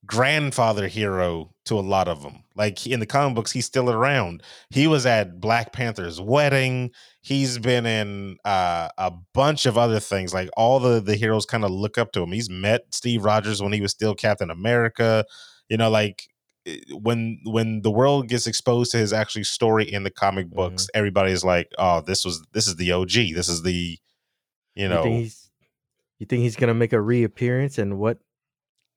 grandfather hero to a lot of them. Like in the comic books, he's still around. He was at Black Panther's wedding. He's been in uh, a bunch of other things. Like all the the heroes kind of look up to him. He's met Steve Rogers when he was still Captain America. You know, like eh, when when the world gets exposed to his actually story in the comic books, everybody's like, "Oh, this was this is the OG. This is the you know."
think he's, you think he's gonna make a reappearance, and what,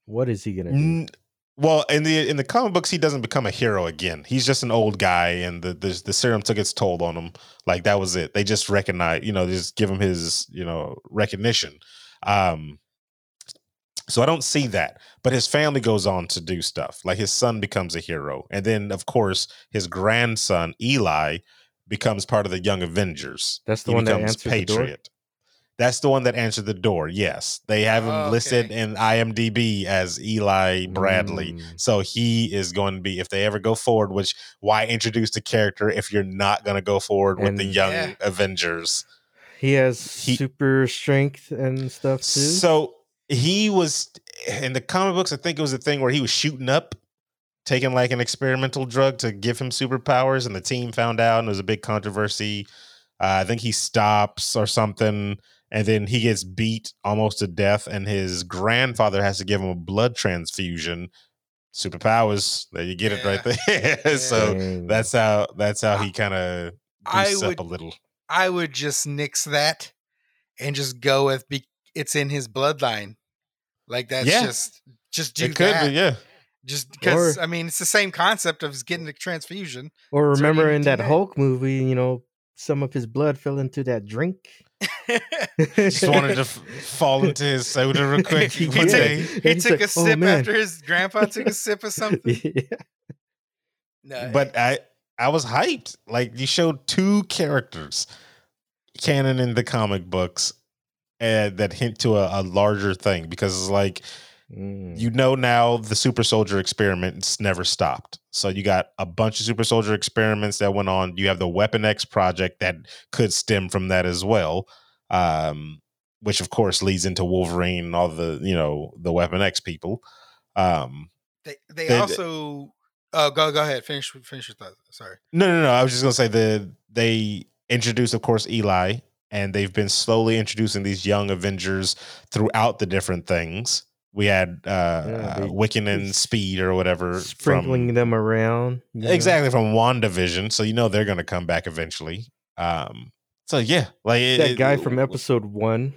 what is he gonna do?
N- well, in the in the comic books, he doesn't become a hero again. He's just an old guy, and the the, the serum took its toll on him. Like that was it. They just recognize, you know, they just give him his you know recognition. Um, so I don't see that, but his family goes on to do stuff. Like his son becomes a hero, and then of course his grandson Eli becomes part of the Young Avengers.
That's the
He
one that
becomes
answered the door.
That's the one that answered the door. Yes, they have him
Oh,
listed
okay.
in IMDb as Eli Bradley.
Mm.
So he is going to be if they ever go forward. Which why introduce the character if you're not going to go forward with the
And-
young
Yeah.
Avengers?
He has
He-
super strength and stuff too.
So he was in the comic books. I think it was a thing where he was shooting up, taking like an experimental drug to give him superpowers, and the team found out, and it was a big controversy. Uh, I think he stops or something, and then he gets beat almost to death, and his grandfather has to give him a blood transfusion. Superpowers. There you get it right there. so
Dang.
that's how that's how he kind of
I
boosts up
would-
a little.
I would just nix that and just go with be- it's in his bloodline. Like that's
Yeah.
just just do
It could
that.
be, yeah.
Just because
Or-
I mean it's the same concept of getting a transfusion.
or
it's already
remember
in
in that
DNA.
Hulk movie, you know, some of his blood fell into that drink.
Just wanted to f- fall into his soda real quick
He
one
did.
day.
And
he
he's
took
like,
a
"Oh,
sip
man."
after his grandpa took a sip of something.
Yeah.
No,
but I I was hyped. Like you showed two characters eh, canon in the comic books uh, that hint to a, a larger thing because it's like
Mm.
you know now the super soldier experiments never stopped. So you got a bunch of super soldier experiments that went on. You have the Weapon X project that could stem from that as well, um, which of course leads into Wolverine and all the you know the Weapon X people. Um,
They they
They-
also oh go go ahead finish finish your thought. Sorry.
no, no, no. I was just gonna say the they introduced, of course, Eli, and they've been slowly introducing these young Avengers throughout the different things. We had uh,
Yeah,
uh
they-
Wiccan and Speed or whatever
sprinkling
from-
them around. you know?
exactly from WandaVision, so you know they're going to come back eventually. Um, so yeah, like it-
That
it-
guy from episode one.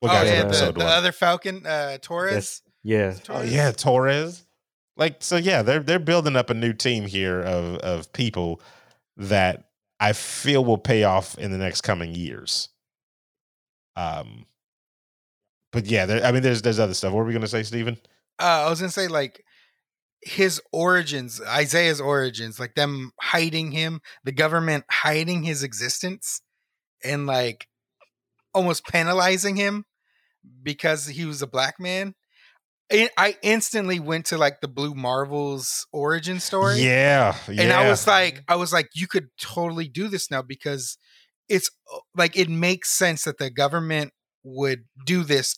what
oh
guy
got
yeah,
from
the,
episode
the
one?
other Falcon uh, Torres.
Yeah.
oh
Torres?
yeah, Torres. Like so, yeah, they're they're building up a new team here of of people that I feel will pay off in the next coming years. Um, but yeah, there, I mean, there's there's other stuff. What were we going to say, Steven?
Uh, I was gonna say like his origins, Isaiah's origins, like them hiding him, the government hiding his existence, and like almost penalizing him because he was a black man. I I instantly went to like the Blue Marvel's origin story.
Yeah, yeah.
and i was like i was like you could totally do this now because it's uh, like it makes sense that the government would do this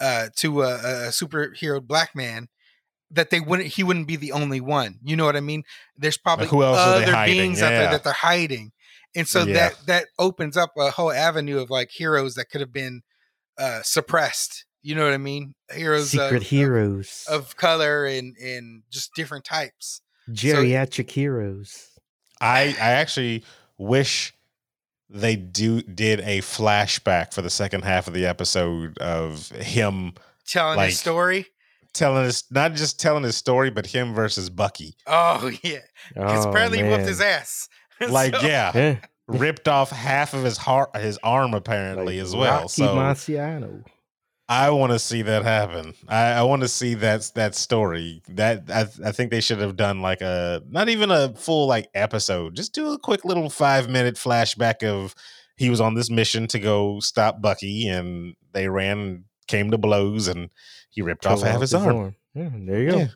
uh to a, a- a superhero black man that they wouldn't he wouldn't be the only one you know what i mean there's probably
who else are they
other
hiding?
beings out there
Yeah.
that they're hiding and so
Yeah.
that that opens up a whole avenue of like heroes that could have been uh suppressed you know what i mean heroes
uh,
of-
Secret
of,
heroes.
of color and and just different types
geriatric heroes.
I I actually wish they do did a flashback for the second half of the episode of him
telling
Like-
his story
telling us not just telling his story, but him versus Bucky.
Oh yeah, because
Oh,
apparently he whooped his
man.
ass.
Like
So-
yeah,
Yeah.
ripped off half of his heart his arm apparently
Like
as well.
Rocky
so
Marciano.
I want to see that happen. I, I want to see that that story. That I, I think they should have done like a not even a full like episode. Just do a quick little five minute flashback of he was on this mission to go stop Bucky, and they ran, and came to blows, and he ripped off
Cut
half
off
his, arm.
Yeah, there you go.
Yeah.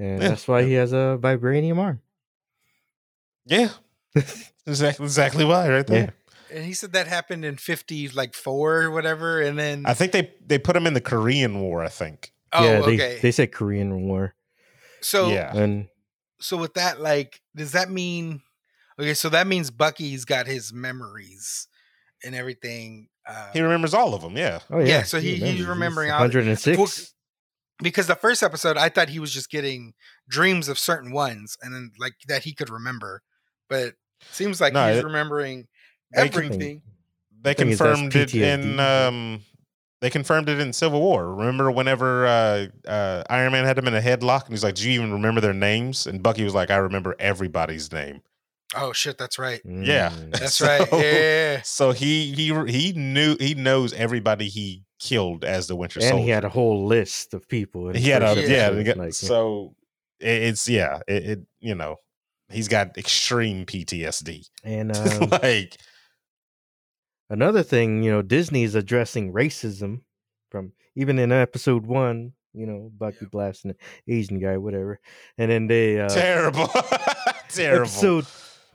And
Yeah.
that's why he has a vibranium arm.
Yeah, exactly exactly why right there.
and he said that happened in fifty like four or whatever, and then
I think they they put him in the Korean War. I think.
oh
yeah, they,
okay.
they said Korean War.
so
yeah.
And
so with that, like, does that mean? Okay, so that means Bucky's got his memories and everything. Uh,
He remembers all of them. Yeah.
oh yeah,
so he- he's remembering all-
106.
because the first episode, I thought he was just getting dreams of certain ones, and then like that he could remember, but seems like
No,
he's
it-
remembering
they can-
everything.
they
thing is that's
confirmed it in
PTSD.
um they confirmed it in Civil War. Remember whenever uh, uh, Iron Man had him in a headlock and he's like, "Do you even remember their names?" And Bucky was like, "I remember everybody's name."
Oh shit, that's right.
Yeah.
Mm.
That's
So-
right. Yeah, yeah, yeah.
So he he he knew he knows everybody he killed as the Winter Soldier.
And he had a whole list of people. in the
He had
first
a
Yeah.
yeah.
episode,
they got-
like,
so i- it's yeah. It, it you know he's got extreme PTSD.
and um,
like
another thing, you know, Disney's addressing racism from even in episode one, you know, Bucky
Yeah.
blasting the Asian guy, whatever. And then they, uh,
terrible, terrible.
episode-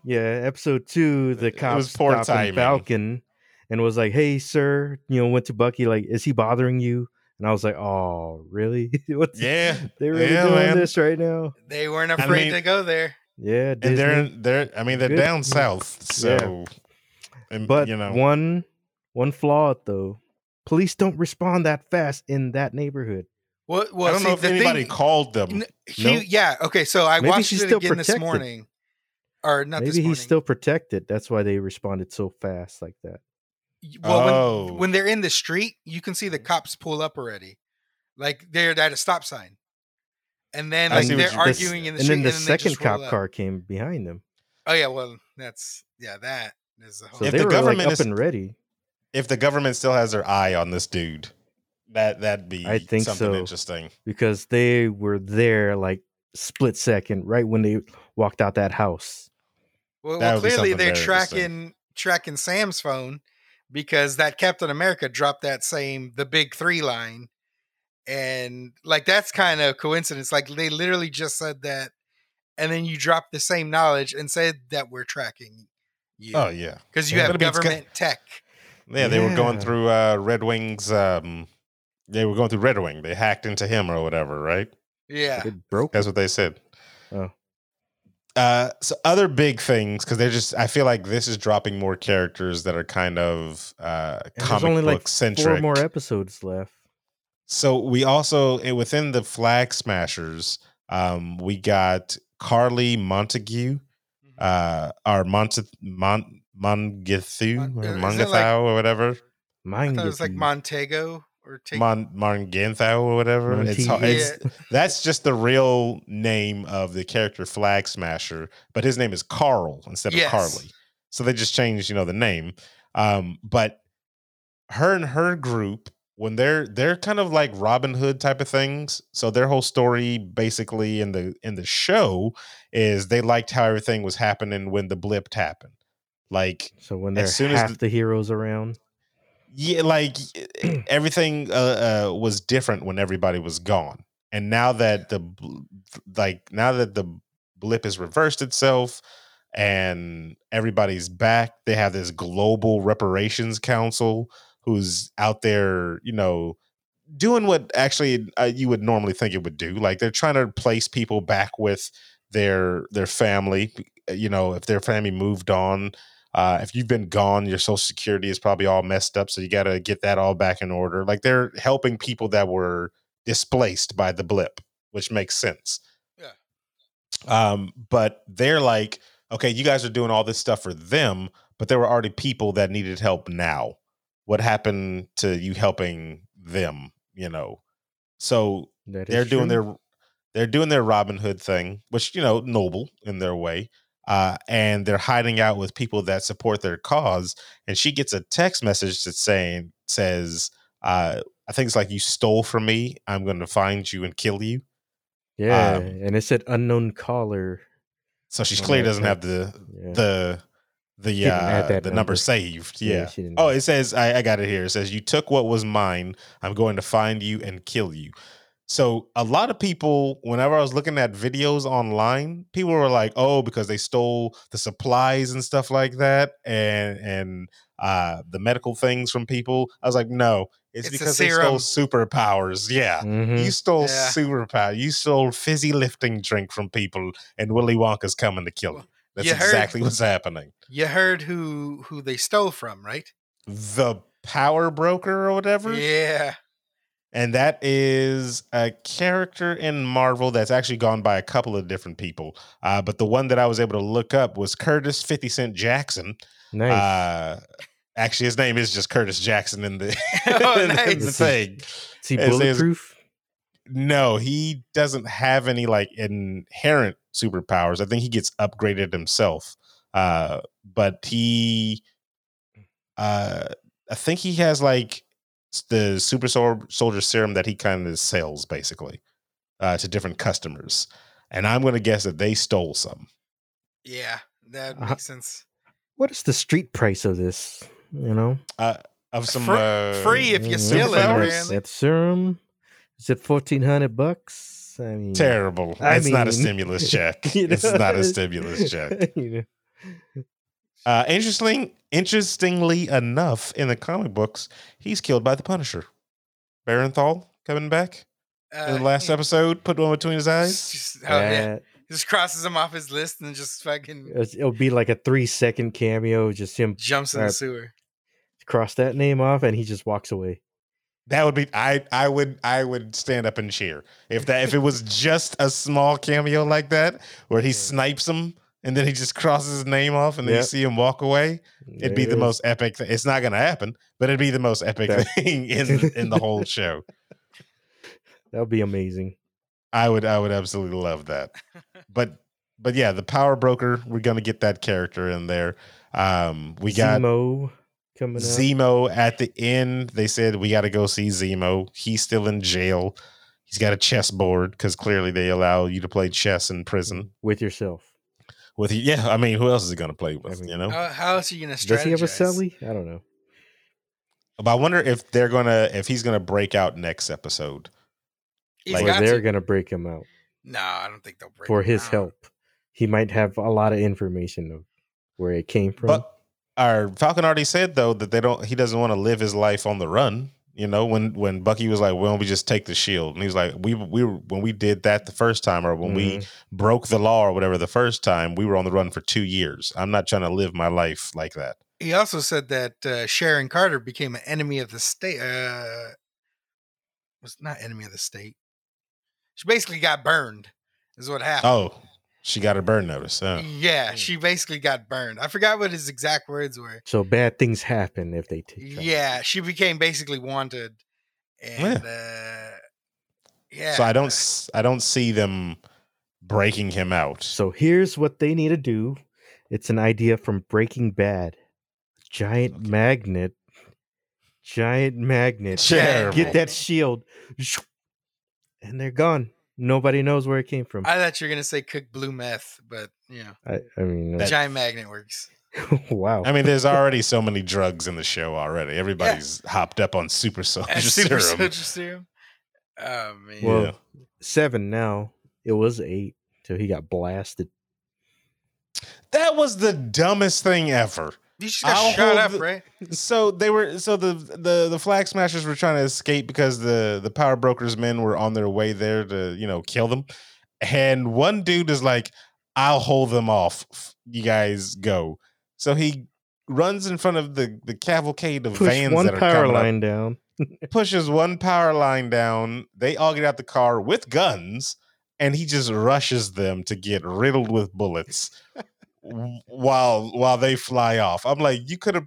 yeah, episode two, the
It was
cops
poor
stopped on
timing.
Falcon and was like, "Hey, sir," you know, went to Bucky like, "Is he bothering you?" And I was like, "Oh, really? What's
yeah,
they really
yeah,
doing
man.
this right now?"
They weren't
I
afraid
mean-
to go there.
Yeah,
and
Disney.
they're they're I mean they're
Good.
down
Mm.
south, so and,
but
you know
one one flaw though, police don't respond that fast in that neighborhood.
Well, well
I don't
see,
know if
the
anybody
thing,
called them.
n- he-
no?
Yeah. Okay. So I
Maybe
watched
she's
it
still
again this
protected.
morning, or not this
Maybe
morning.
he's still protected. That's why they responded so fast like that.
Y- Well,
Oh. Mm.
when, when they're in the street, you can see the cops pull up already, like they're at a stop sign, and then
I
like
see what
they're
you- this-
arguing in the
and
street,
then the
and they
second
just roll
cop
up.
car came behind them.
Oh yeah. Well, that's yeah. That is the whole.
So
If
they
the
were
government
like up
is-
and ready.
If the government still has their eye on this dude, that that'd be
I think
something
so.
interesting.
because they were there like split second right when they walked out that house.
well,
that
well
would be
clearly
something
they're
very interesting.
tracking tracking Sam's phone because that Captain America dropped that same the big three line and like that's kind of coincidence. Like they literally just said that, and then you dropped the same knowledge and said that we're tracking you
Oh yeah,
because you
Yeah,
have
but I mean, it's got-
government tech.
yeah. They were going
Yeah.
through uh, Red Wing's. Um, they were going through Red Wing. They hacked into him or whatever, right?
Yeah,
It broke.
That's what they said.
Oh.
Uh, so other big things because they're just. I feel like this is dropping more characters that are kind of uh,
there's
comic
only,
book
like,
centric.
Four more episodes left.
So we also eh, within the Flag Smashers, um, we got Carly Montague,
Mm-hmm.
uh, or Monta Mon Mongethu
Mon-
or
isn't it
Mongathau
like-
or whatever,
I
Mine
thought it was like
Giphy.
Montego or Take.
Mon Mongenthau or whatever. It's,
Montague.
hard- it's that's just the real name of the character Flag Smasher, but his name is Carl instead of
Yes.
Carly. So they just changed, you know, the name. Um, but her and her group, when they're they're kind of like Robin Hood type of things. So their whole story basically in the in the show is they liked how everything was happening when the blip happened. Like
So when
As
there's
soon as
half
the-
the heroes around,
yeah like everything uh, uh was different when everybody was gone and now that the bl- like now that the blip has reversed itself and everybody's back they have this global reparations council who's out there you know doing what actually uh, you would normally think it would do like they're trying to place people back with their their family you know if their family moved on uh, if you've been gone, your social security is probably all messed up. So you got to get that all back in order. Like they're helping people that were displaced by the blip, which makes sense.
Yeah.
Um, but they're like, okay, you guys are doing all this stuff for them, but there were already people that needed help now. What happened to you helping them? You know, so
that is
they're doing
true.
their they're doing their Robin Hood thing, which you know noble in their way, uh, and they're hiding out with people that support their cause. And she gets a text message that's saying says, uh, "I think it's like you stole from me. I'm going to find you and kill you."
yeah,
um,
and it said unknown caller.
So she
Oh,
clearly
that's
doesn't
right.
have the
Yeah.
the the
didn't add
uh,
that
the
number.
number saved.
Yeah,
Yeah.
she didn't
Oh,
add
it says I, I got it here. It says you took what was mine. I'm going to find you and kill you. So a lot of people, whenever I was looking at videos online, people were like, "Oh, because they stole the supplies and stuff like that, and and uh, the medical things from people." I was like, "No, it's,
It's a
because they stole superpowers." Yeah,
Mhm.
you stole
Yeah.
superpower. You stole fizzy lifting drink from people, and Willy Wonka's coming to kill you.
Well,
That's
you heard-
exactly what's happening.
You heard who who they stole from, right?
The power broker or whatever,
Yeah.
and that is a character in Marvel that's actually gone by a couple of different people. Uh, but the one that I was able to look up was Curtis Fifty Cent Jackson.
Nice.
Uh, actually, his name is just Curtis Jackson in the,
Oh,
in the- in the
nice.
thing.
Is he
it says-
bulletproof?
No, he doesn't have any like inherent superpowers. I think he gets upgraded himself. Uh, but he, uh, I think he has like s- the super sol- soldier serum that he kind of sells basically uh, to different customers. And I'm going to guess that they stole some.
Yeah, that
Uh-huh.
Uh,
makes sense.
What is the street price of this? You know,
Uh, of some
Free-
uh,
free if you
Mm,
steal
it,
superpowers?
apparently.
That serum. Is it fourteen hundred bucks? I mean,
Terrible.
I
it's not a
mean,
stimulus check.
you
It's
know,
not a stimulus check.
you know.
Uh, interesting, interestingly enough, in the comic books, he's killed by the Punisher. Barenthal coming back in the
Uh,
last episode, put one between his
it's
eyes.
Just, oh, yeah.
That-
just crosses him off his list and just fucking
it's- It'll be like a three second cameo, just him
jumps in
Uh,
the sewer.
cross that name off, and he just walks away.
That would be I. I would I would stand up and cheer if that if it was just a small cameo like that where he
Yeah.
snipes him and then he just crosses his name off and then you
Yeah.
see him walk away. It'd be
There
the
it is.
most epic. thing. It's not going to happen, but it'd be the most epic
That-
thing in in the whole show.
That would be amazing.
I would I would absolutely love that.
Oh.
But but yeah, the power broker, we're gonna get that character in there. Um we got
Zemo coming up.
Zemo at the end. They said we gotta go see Zemo. He's still in jail. He's got a chessboard because clearly they allow you to play chess in prison
with yourself.
with you. Yeah, I mean, who else is he gonna play with?
mean, uh
you know,
How, how else are you gonna strategize?
Does he have a celly? I don't know.
but I wonder if they're gonna if he's gonna break out next episode
He's
like
got
they're
to.
gonna break him out
No, I don't think they'll break
for
him
his
out.
help. He might have a lot of information of where it came from.
But our Falcon already said though that they don't. He doesn't want to live his life on the run. You know, when when Bucky was like, "Why don't we just take the shield?" and he was like, "We we were- when we did that the first time, or when we
Mhm.
broke the law or whatever the first time, we were on the run for two years. I'm not trying to live my life like that."
He also said that uh, Sharon Carter became an enemy of the state. Uh, was not enemy of the state. She basically got burned. Is what happened.
Oh, she got a burn notice. huh?
Yeah,
Hmm.
Mm.
she basically got burned. I forgot what his exact words were.
so bad things happen if they take. try.
Yeah, she became basically wanted, and uh, yeah. uh,
So I don't s- I don't see them breaking him out.
So here's what they need to do. It's an idea from Breaking Bad. Giant
Okay.
magnet. Giant magnet.
Terrible.
Get that shield. And they're gone. Nobody knows where it came from.
I
I,
thought you were gonna say cook blue meth, but you know,
I, mean,
the
uh,
giant magnet works.
wow.
I mean, there's already so many drugs in the show already. Everybody's hopped up on super soldier
And super
serum.
soldier serum. Oh man,
Well,
Yeah.
Seven now. It was eight till he got blasted.
That was the dumbest thing ever.
you just got
I'll
shot
hold
up,
the-
right?
So they were so the the the flag smashers were trying to escape because the the power brokers men were on their way there to you know kill them, and one dude is like, "I'll hold them off. You guys go." So he runs in front of the the cavalcade of
Push
vans
one
that are
power
coming up,
line down.
pushes one power line down. They all get out the car with guns, and he just rushes them to get riddled with bullets w- while while they fly off. I'm like, you could have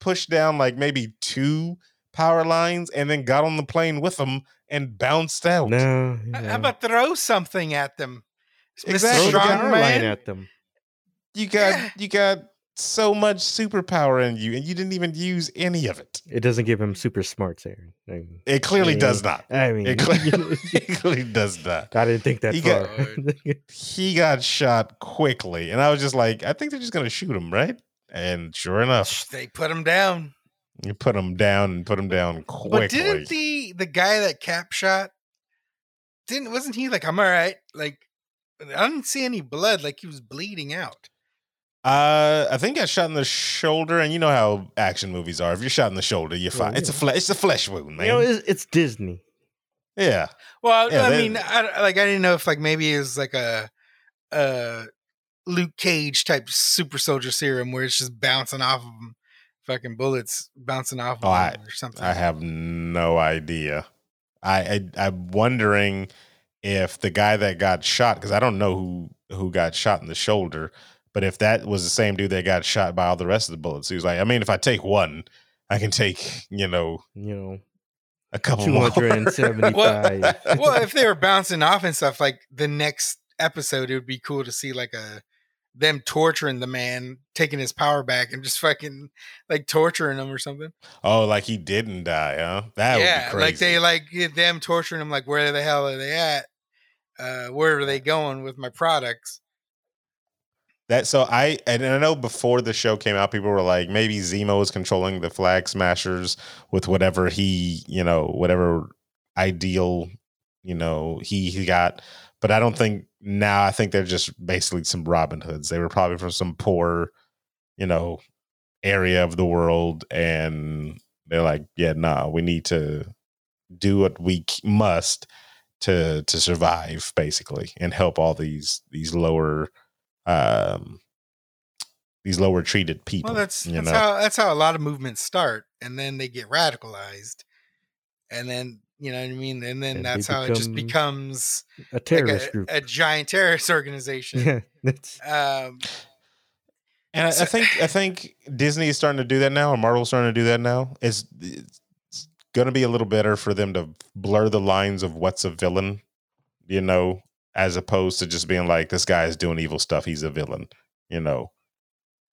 pushed down like maybe two power lines and then got on the plane with them and bounced out.
No.
How-
yeah.
How about throw something at them? Mr.
Exactly.
Throw the
strong
power line
Strongman?
at them.
You
Yeah.
got you got so much superpower in you, and you didn't even use any of it.
It doesn't give him super smarts, Aaron. I mean,
It clearly
Yeah.
does not.
I mean
It clearly, it clearly does not.
I didn't think that
He
far.
got- he got shot quickly, and I was just like, I think they're just gonna shoot him, right? And sure enough,
They put him down.
you put him down and put him down
But
quickly.
didn't the the guy that Cap shot? Didn't wasn't he like I'm all right? Like I didn't see any blood. Like he was bleeding out.
uh, I think I shot in the shoulder, and you know how action movies are. If you're shot in the shoulder, you're
Well,
fine. It's a
yeah.
fle- it's a flesh wound, man.
you know, it's, it's Disney.
yeah,
Well,
Yeah,
I
they-
mean, I, don't- like I didn't know if like maybe it was like a, a Luke Cage type super soldier serum where it's just bouncing off of him, fucking bullets bouncing off of
Oh, I-
him or something.
I have no idea. I, I I'm wondering if the guy that got shot, because I don't know who who got shot in the shoulder, but if that was the same dude that got shot by all the rest of the bullets, he was like, I mean, if I take one, I can take you know
You know,
a couple
two
more.
hundred and seventy-five.
well, if they were bouncing off and stuff, like the next episode, it would be cool to see like a them torturing the man, taking his power back, and just fucking like torturing him or something.
oh, like he didn't die, huh? That
yeah,
would be crazy.
like they like get them torturing him. Like where the hell are they at? Uh, where are they going with my products?
that so I and I know before the show came out, people were like, maybe Zemo is controlling the flag smashers with whatever he, you know, whatever ideal, you know, he he got. But I don't think now. I think they're just basically some Robin Hoods. They were probably from some poor, you know, area of the world, and they're like, yeah, nah, we need to do what we c- must to to survive, basically, and help all these these lower um these lower treated people.
Well, that's
you
that's
know?
how that's how a lot of movements start, and then they get radicalized, and then you know what I mean, and then
And they
that's how it just becomes
a
like,
terrorist
a,
group.
a giant terrorist organization.
yeah, that's
um,
And I, I
So-
think I think Disney is starting to do that now, and Marvel's starting to do that now. It's, it's going to be a little better for them to blur the lines of what's a villain, you know, as opposed to just being like this guy is doing evil stuff, he's a villain, you know.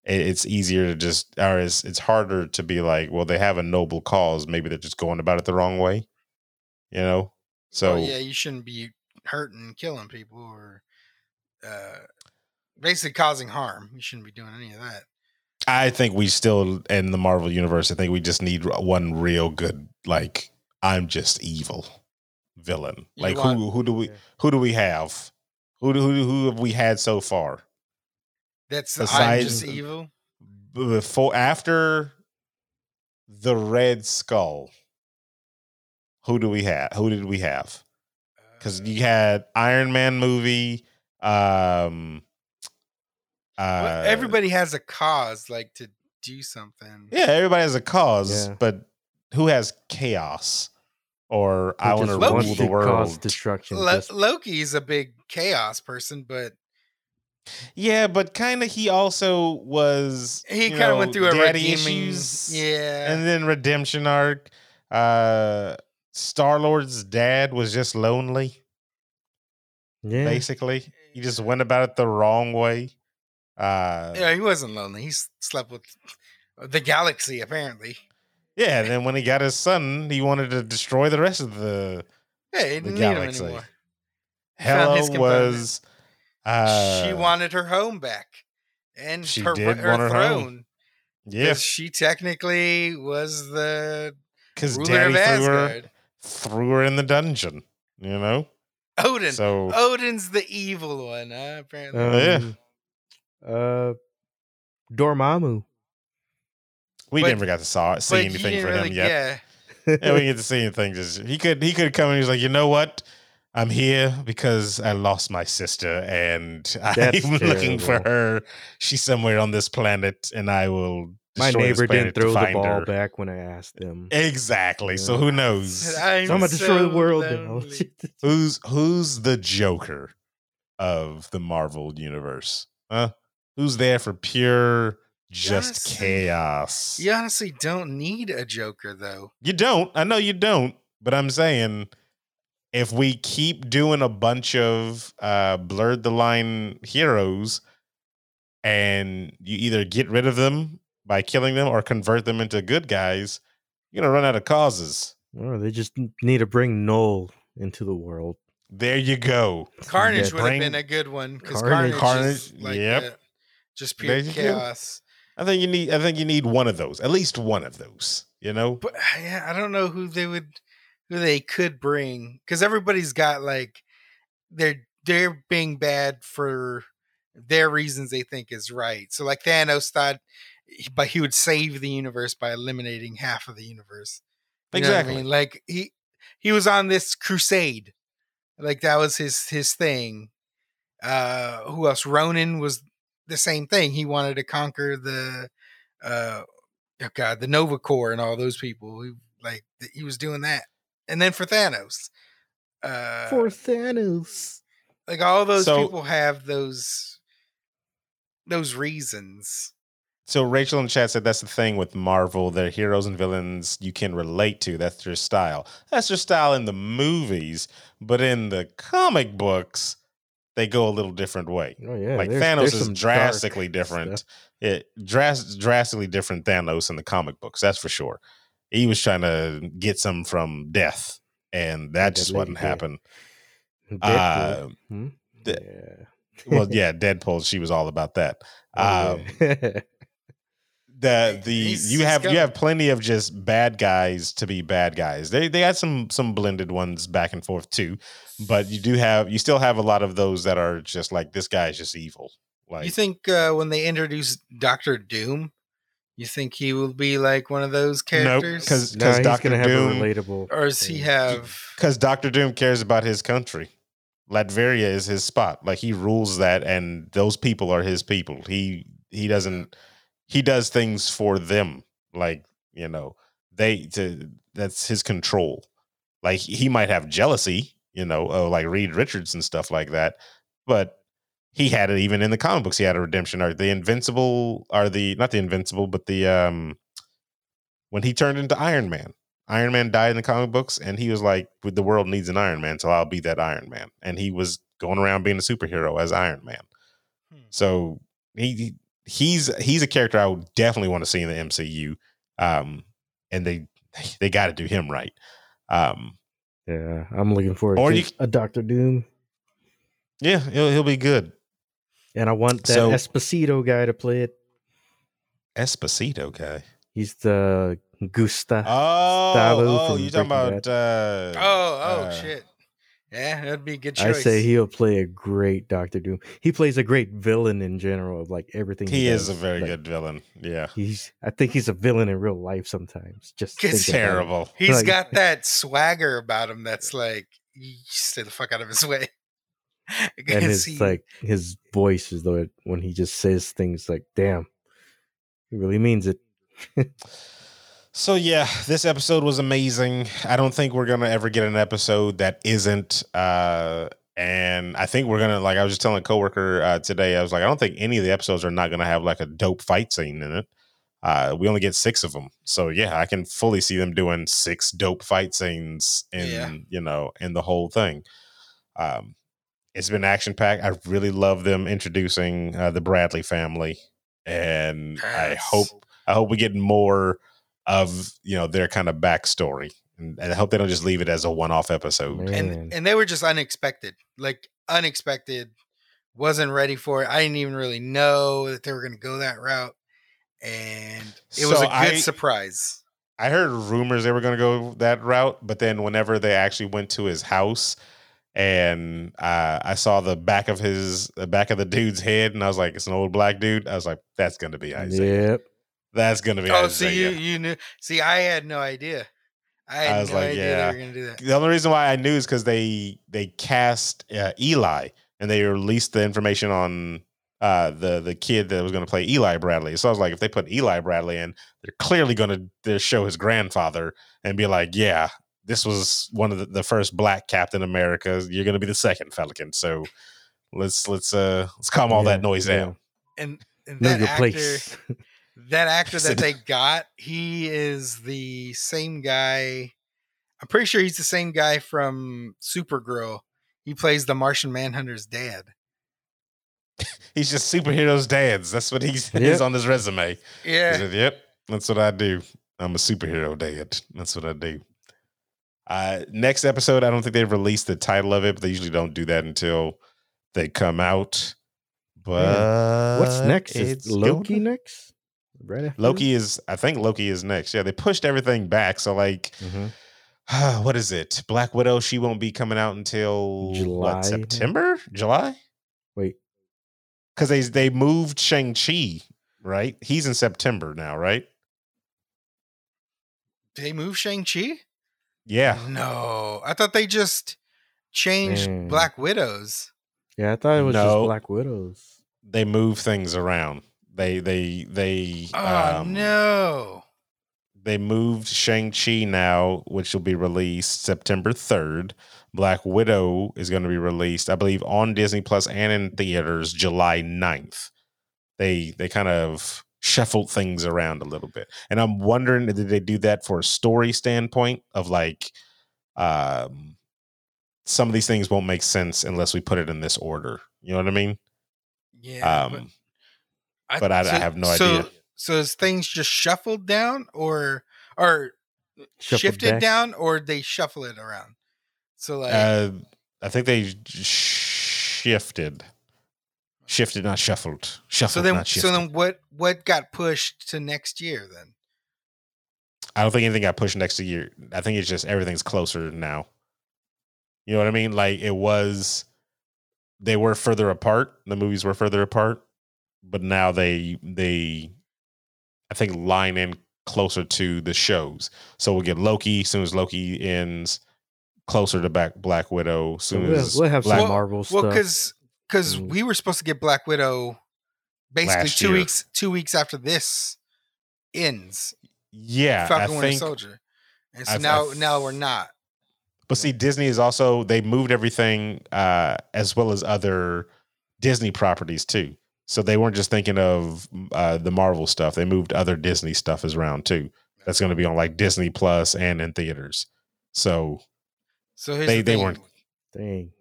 It, it's easier to just, or it's it's harder to be like, well, they have a noble cause, maybe they're just going about it the wrong way, you know. So
well, yeah, you shouldn't be hurting, and killing people, or uh, basically causing harm. You shouldn't be doing any of that.
I think we still in the Marvel universe. I think we just need one real good, like I'm just evil villain?
You
Like who
want-
who do we
Yeah.
who do we have? Who do, who do- who have we had so far?
That's the I'm
Besides-
just evil.
Before after the Red Skull, who do we have? Who did we have? Because
Uh,
you had Iron Man movie. Um,
well,
uh,
everybody has a cause like to do something.
Yeah, everybody has a cause,
Yeah.
but who has chaos? Or I
Who
want to
just
Loki.
rule the
wants to cause
world.
destruction.
Lo-
just-
Loki's a big chaos person, but
Yeah, but kind of he also was
he
you
kind of went
know,
through a
daddy
redeeming
issues,
Yeah,
and then redemption arc. Uh, Star Lord's dad was just lonely.
yeah.
Basically, he just went about it the wrong way. Uh, yeah.
yeah, he wasn't lonely. He s- slept with the galaxy apparently.
And then when he got his son, he wanted to destroy the rest of the.
Yeah, he
The
didn't need him
galaxy.
anymore. Found his
Hella
component.
was. Uh,
she wanted her home back, and
she
her,
did
her
want her home.
throne.
yeah,
'cause she technically was the
because
ruler
daddy
of
threw her,
Asgard.
threw her in the dungeon. You know,
Odin.
so
Odin's the evil one, huh? Apparently.
Um,
Yeah.
Uh, Dormammu.
we
but-
never got to saw see
But you
anything
didn't
for him
really-
yet.
Yeah.
and we get to see anything. Just he could he could come and he's like, you know what? I'm here because I lost my sister and
That's
I'm looking for
terrible.
her. She's somewhere on this planet, and I will.
My
destroy this
neighbor
planet
didn't
to
throw the
find
ball
her."
back when I asked them.
Exactly. So
Yeah.
who knows?
I'm,
So I'm gonna destroy the
so
world now.
lonely.
Who's who's the Joker of the Marvel universe? Huh? Who's there for pure just
Honestly-
chaos?
You honestly don't need a Joker, though.
You don't. I know you don't, but I'm saying if we keep doing a bunch of uh blurred the line heroes and you either get rid of them by killing them or convert them into good guys, you're gonna run out of causes.
Or Oh, they just n- need to bring Noel into the world.
There you go.
Carnage
Yeah,
would
bring-
have been a good one because
Carnage.
Carnage, is
Carnage,
like
yep.
the- just
There
pure
you go.
chaos.
I think you need I think you need one of those. At least one of those, you know?
But yeah, I don't know who they would, who they could bring because everybody's got like they're they're being bad for their reasons they think is right. So like Thanos thought, but he would save the universe by eliminating half of the universe. You know what I
Exactly.
mean? Like he he was on this crusade. Like that was his his thing. Uh who else? Ronan was the same thing. He wanted to conquer the uh oh god, the Nova Corps and all those people. He like th- he was doing that. And then for Thanos. Uh
For Thanos.
like all those
So-
people have those those reasons.
So Rachel in chat said that's the thing with Marvel, their heroes and villains you can relate to. That's their style. That's their style in the movies, but in the comic books, they go a little different way.
Oh yeah.
like
there's-
Thanos
there's
is
some dark
drastically different.
stuff.
It dras- drastically different Thanos in the comic books, that's for sure. He was trying to get some from death, and that
That
just
lady
wouldn't
did.
happen.
Deadpool.
Uh,
Hmm?
the-
yeah.
well, yeah, Deadpool, she was all about that.
Oh,
Um,
yeah.
the
Hey,
the
he's-
you
he's
have you
got-
have plenty of just bad guys to be bad guys. They they had some some blended ones back and forth too, but you do have you still have a lot of those that are just like this guy is just evil. Like
you think uh, when they introduce Doctor Doom, you think he will be like one of those
no,
characters?
because
no, he's
Doctor
gonna have a
Doom
relatable.
or does he
thing.
have?
because Doctor Doom cares about his country. Latveria is his spot. Like he rules that, and those people are his people. He he doesn't he does things for them. Like you know they to that's his control. Like he might have jealousy, you know, of like Reed Richards and stuff like that, but he had it even in the comic books. He had a redemption arc. The Invincible are the not the Invincible, but the um when he turned into Iron Man. Iron Man died in the comic books, and he was like, "The world needs an Iron Man, so I'll be that Iron Man." And he was going around being a superhero as Iron Man.
Hmm.
So he he's he's a character I would definitely want to see in the MCU, um, and they they got to do him right. Um,
Yeah, I'm looking forward
Or
to
you c-
a Doctor Doom,
yeah, he'll, he'll be good.
and I want that
So-
Esposito guy to play it.
Esposito guy.
He's the Gusta.
Oh,
Stabu
oh,
from
you talking
Breaking
about? Uh,
Oh, oh
uh,
shit! Yeah, that'd be a good
I
choice.
say he'll play a great Doctor Doom. He plays a great villain in general of like everything.
He is a
does.
very
Like,
good villain. Yeah.
He's. I think he's a villain in real life sometimes. Just
It's
thinking about it.
Terrible.
He's
Like-
got that swagger about him that's like, you stay the fuck out of his way.
and
'Cause
his
he-
like his voice is the when he just says things like damn he really means it
So yeah, this episode was amazing. I don't think we're gonna ever get an episode that isn't. Uh, and I think we're gonna like I was just telling a coworker uh, today. I was like, I don't think any of the episodes are not gonna have like a dope fight scene in it. Uh, we only get six of them, so yeah, I can fully see them doing six dope fight scenes in
Yeah.
you know in the whole thing. Um, it's been action packed. I really love them introducing uh, the Bradley family, and I
Yes.
hope I hope we get more of you know their kind of backstory, and, and I hope they don't just leave it as a one-off episode.
Man.
and and they were just unexpected like unexpected wasn't ready for it i didn't even really know that they were going to go that route and it was
So
a good
I-
surprise
I heard rumors they were going to go that route, but then whenever they actually went to his house, and uh, I saw the back of his the back of the dude's head, and I was like, "It's an old black dude." I was like, "That's going to be Isaiah.
yep
That's going to be
oh so
Isaiah."
you you knew see i had no idea i had
was
no
like,
idea
yeah.
they were going to do that
the only reason why I knew is because they they cast uh, Eli and they released the information on uh, the the kid that was going to play Eli Bradley. So I was like, if they put Eli Bradley in, they're clearly going to show his grandfather and be like, yeah, this was one of the, the first black Captain America. You're going to be the second Falcon. So let's let's uh let's calm all that
Yeah,
noise down.
and, and
know
that
your
actor
place
that actor
Said-
that they got he is the same guy i'm pretty sure he's the same guy from supergirl he plays the martian manhunter's dad
He's just superheroes' dads. That's what he's
Yep.
is on his resume. He
yeah
said, yep, that's what I do. I'm a superhero dad. That's what I do. Uh, next episode, I don't think they've released the title of it, but they usually don't do that until they come out. But
Hmm. what's next is
uh, it's
loki
gonna-
next right after
Loki is, I think Loki is next. Yeah, they pushed everything back. So, like,
hmm
what is it? Black Widow, she won't be coming out until
July, I
what,
think.
September? July?
wait
Because they, they moved Shang-Chi, right? He's in September now, right?
Did they move shang-chi
Yeah.
No, I thought they just changed
Mm.
Black Widows.
yeah i thought it was
No.
just black widows
they move things around. They they they
Oh
Um,
no!
they moved Shang Chi now, which will be released September third. Black Widow is going to be released, I believe, on Disney Plus and in theaters July 9th. They they kind of shuffled things around a little bit, and I'm wondering did they do that for a story standpoint of like, um, some of these things won't make sense unless we put it in this order. You know what I mean?
Yeah,
um, but I- I have no idea.
So is things just shuffled down, or or
Shuffled
shifted
back.
down, or they shuffle it around? So like,
Uh, I think they sh- shifted, shifted, not shuffled. Shuffled,
so then
not shifted.
so then what what got pushed to next year then?
I don't think anything got pushed next year. I think it's just everything's closer now. You know what I mean? Like it was, they were further apart. The movies were further apart, but now they they, I think, line in closer to the shows. So we'll get Loki soon as Loki ends, closer to back Black Widow
so
soon
we'll,
as
we'll have some
Black
Well-
marvel
Well,
stuff
because because
Mm.
we were supposed to get Black Widow basically
Last
two
year.
weeks two weeks after this ends
yeah.
Falcon
I
Winter
think
Soldier, and so
I- I
now
th-
now we're not.
But see, Disney is also they moved everything uh, as well as other Disney properties too. So they weren't just thinking of uh, the Marvel stuff. They moved other Disney stuff as round too. That's going to be on like Disney Plus and in theaters. So
So here's
They-
the
they
thing.
weren't-
dang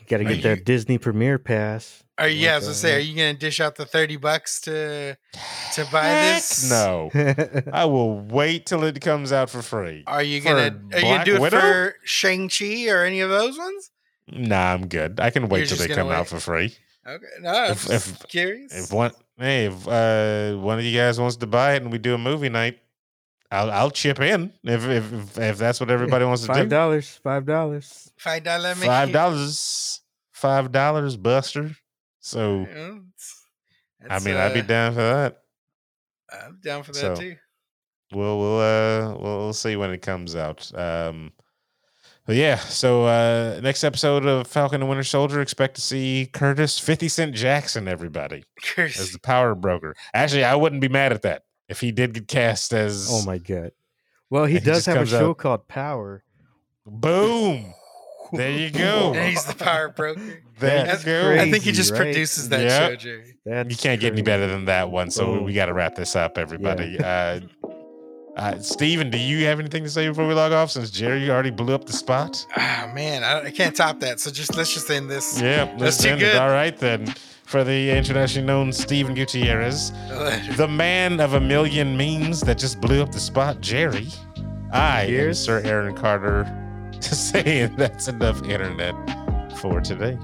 you gotta
Are
get that
you-
disney premiere pass
Are you,
Like,
yeah, I was gonna say,
uh,
are you gonna dish out the thirty bucks to? To buy
Heck
this?
no, I will wait till it comes out for free.
Are you
For
gonna are you gonna
Black
do it
Widow?
for Shang Chi or any of those ones?
Nah, I'm good. I can
You're
wait till
just
they
gonna
come out
wait.
for free.
Okay, no, I'm
If-
just
if-
curious.
If one, hey, if uh, one of you guys wants to buy it and we do a movie night, I'll, I'll chip in if if if- if that's what everybody wants to
Five
do.
dollars. Five dollars.
Five dollar menu.
Five dollars, five dollars, Buster. So
Mm, it's-
I
that's,
mean, I'd be
uh,
down for that.
I'm down for that
So,
too.
We'll we'll uh we'll, we'll see when it comes out. Um, but yeah. So uh, next episode of Falcon and Winter Soldier, expect to see Curtis Fifty Cent Jackson. Everybody as the power broker. Actually, I wouldn't be mad at that if he did get cast as.
Oh my god. Well, he
And he
does
just
have a
comes
show
out-
called Power.
Boom. There you go.
And he's the power broker.
There
That's
you go.
crazy.
I think he just
right?
produces that
Yeah.
show, Jerry.
That's
you can't get any
crazy.
better than that one. So we,
Boom.
we got to wrap this up, everybody. Uh, uh, Steven, do you have anything to say before we log off? Since Jerry already blew up the spot.
Oh man, I, I can't top that. So just let's just end this.
Yeah,
That's
let's
too
end it.
good.
All right then. For the internationally known Steven Gutierrez, the man of a million memes that just blew up the spot, Jerry. I am
Cheers.
Sir Aaron Carter saying that's enough internet for today.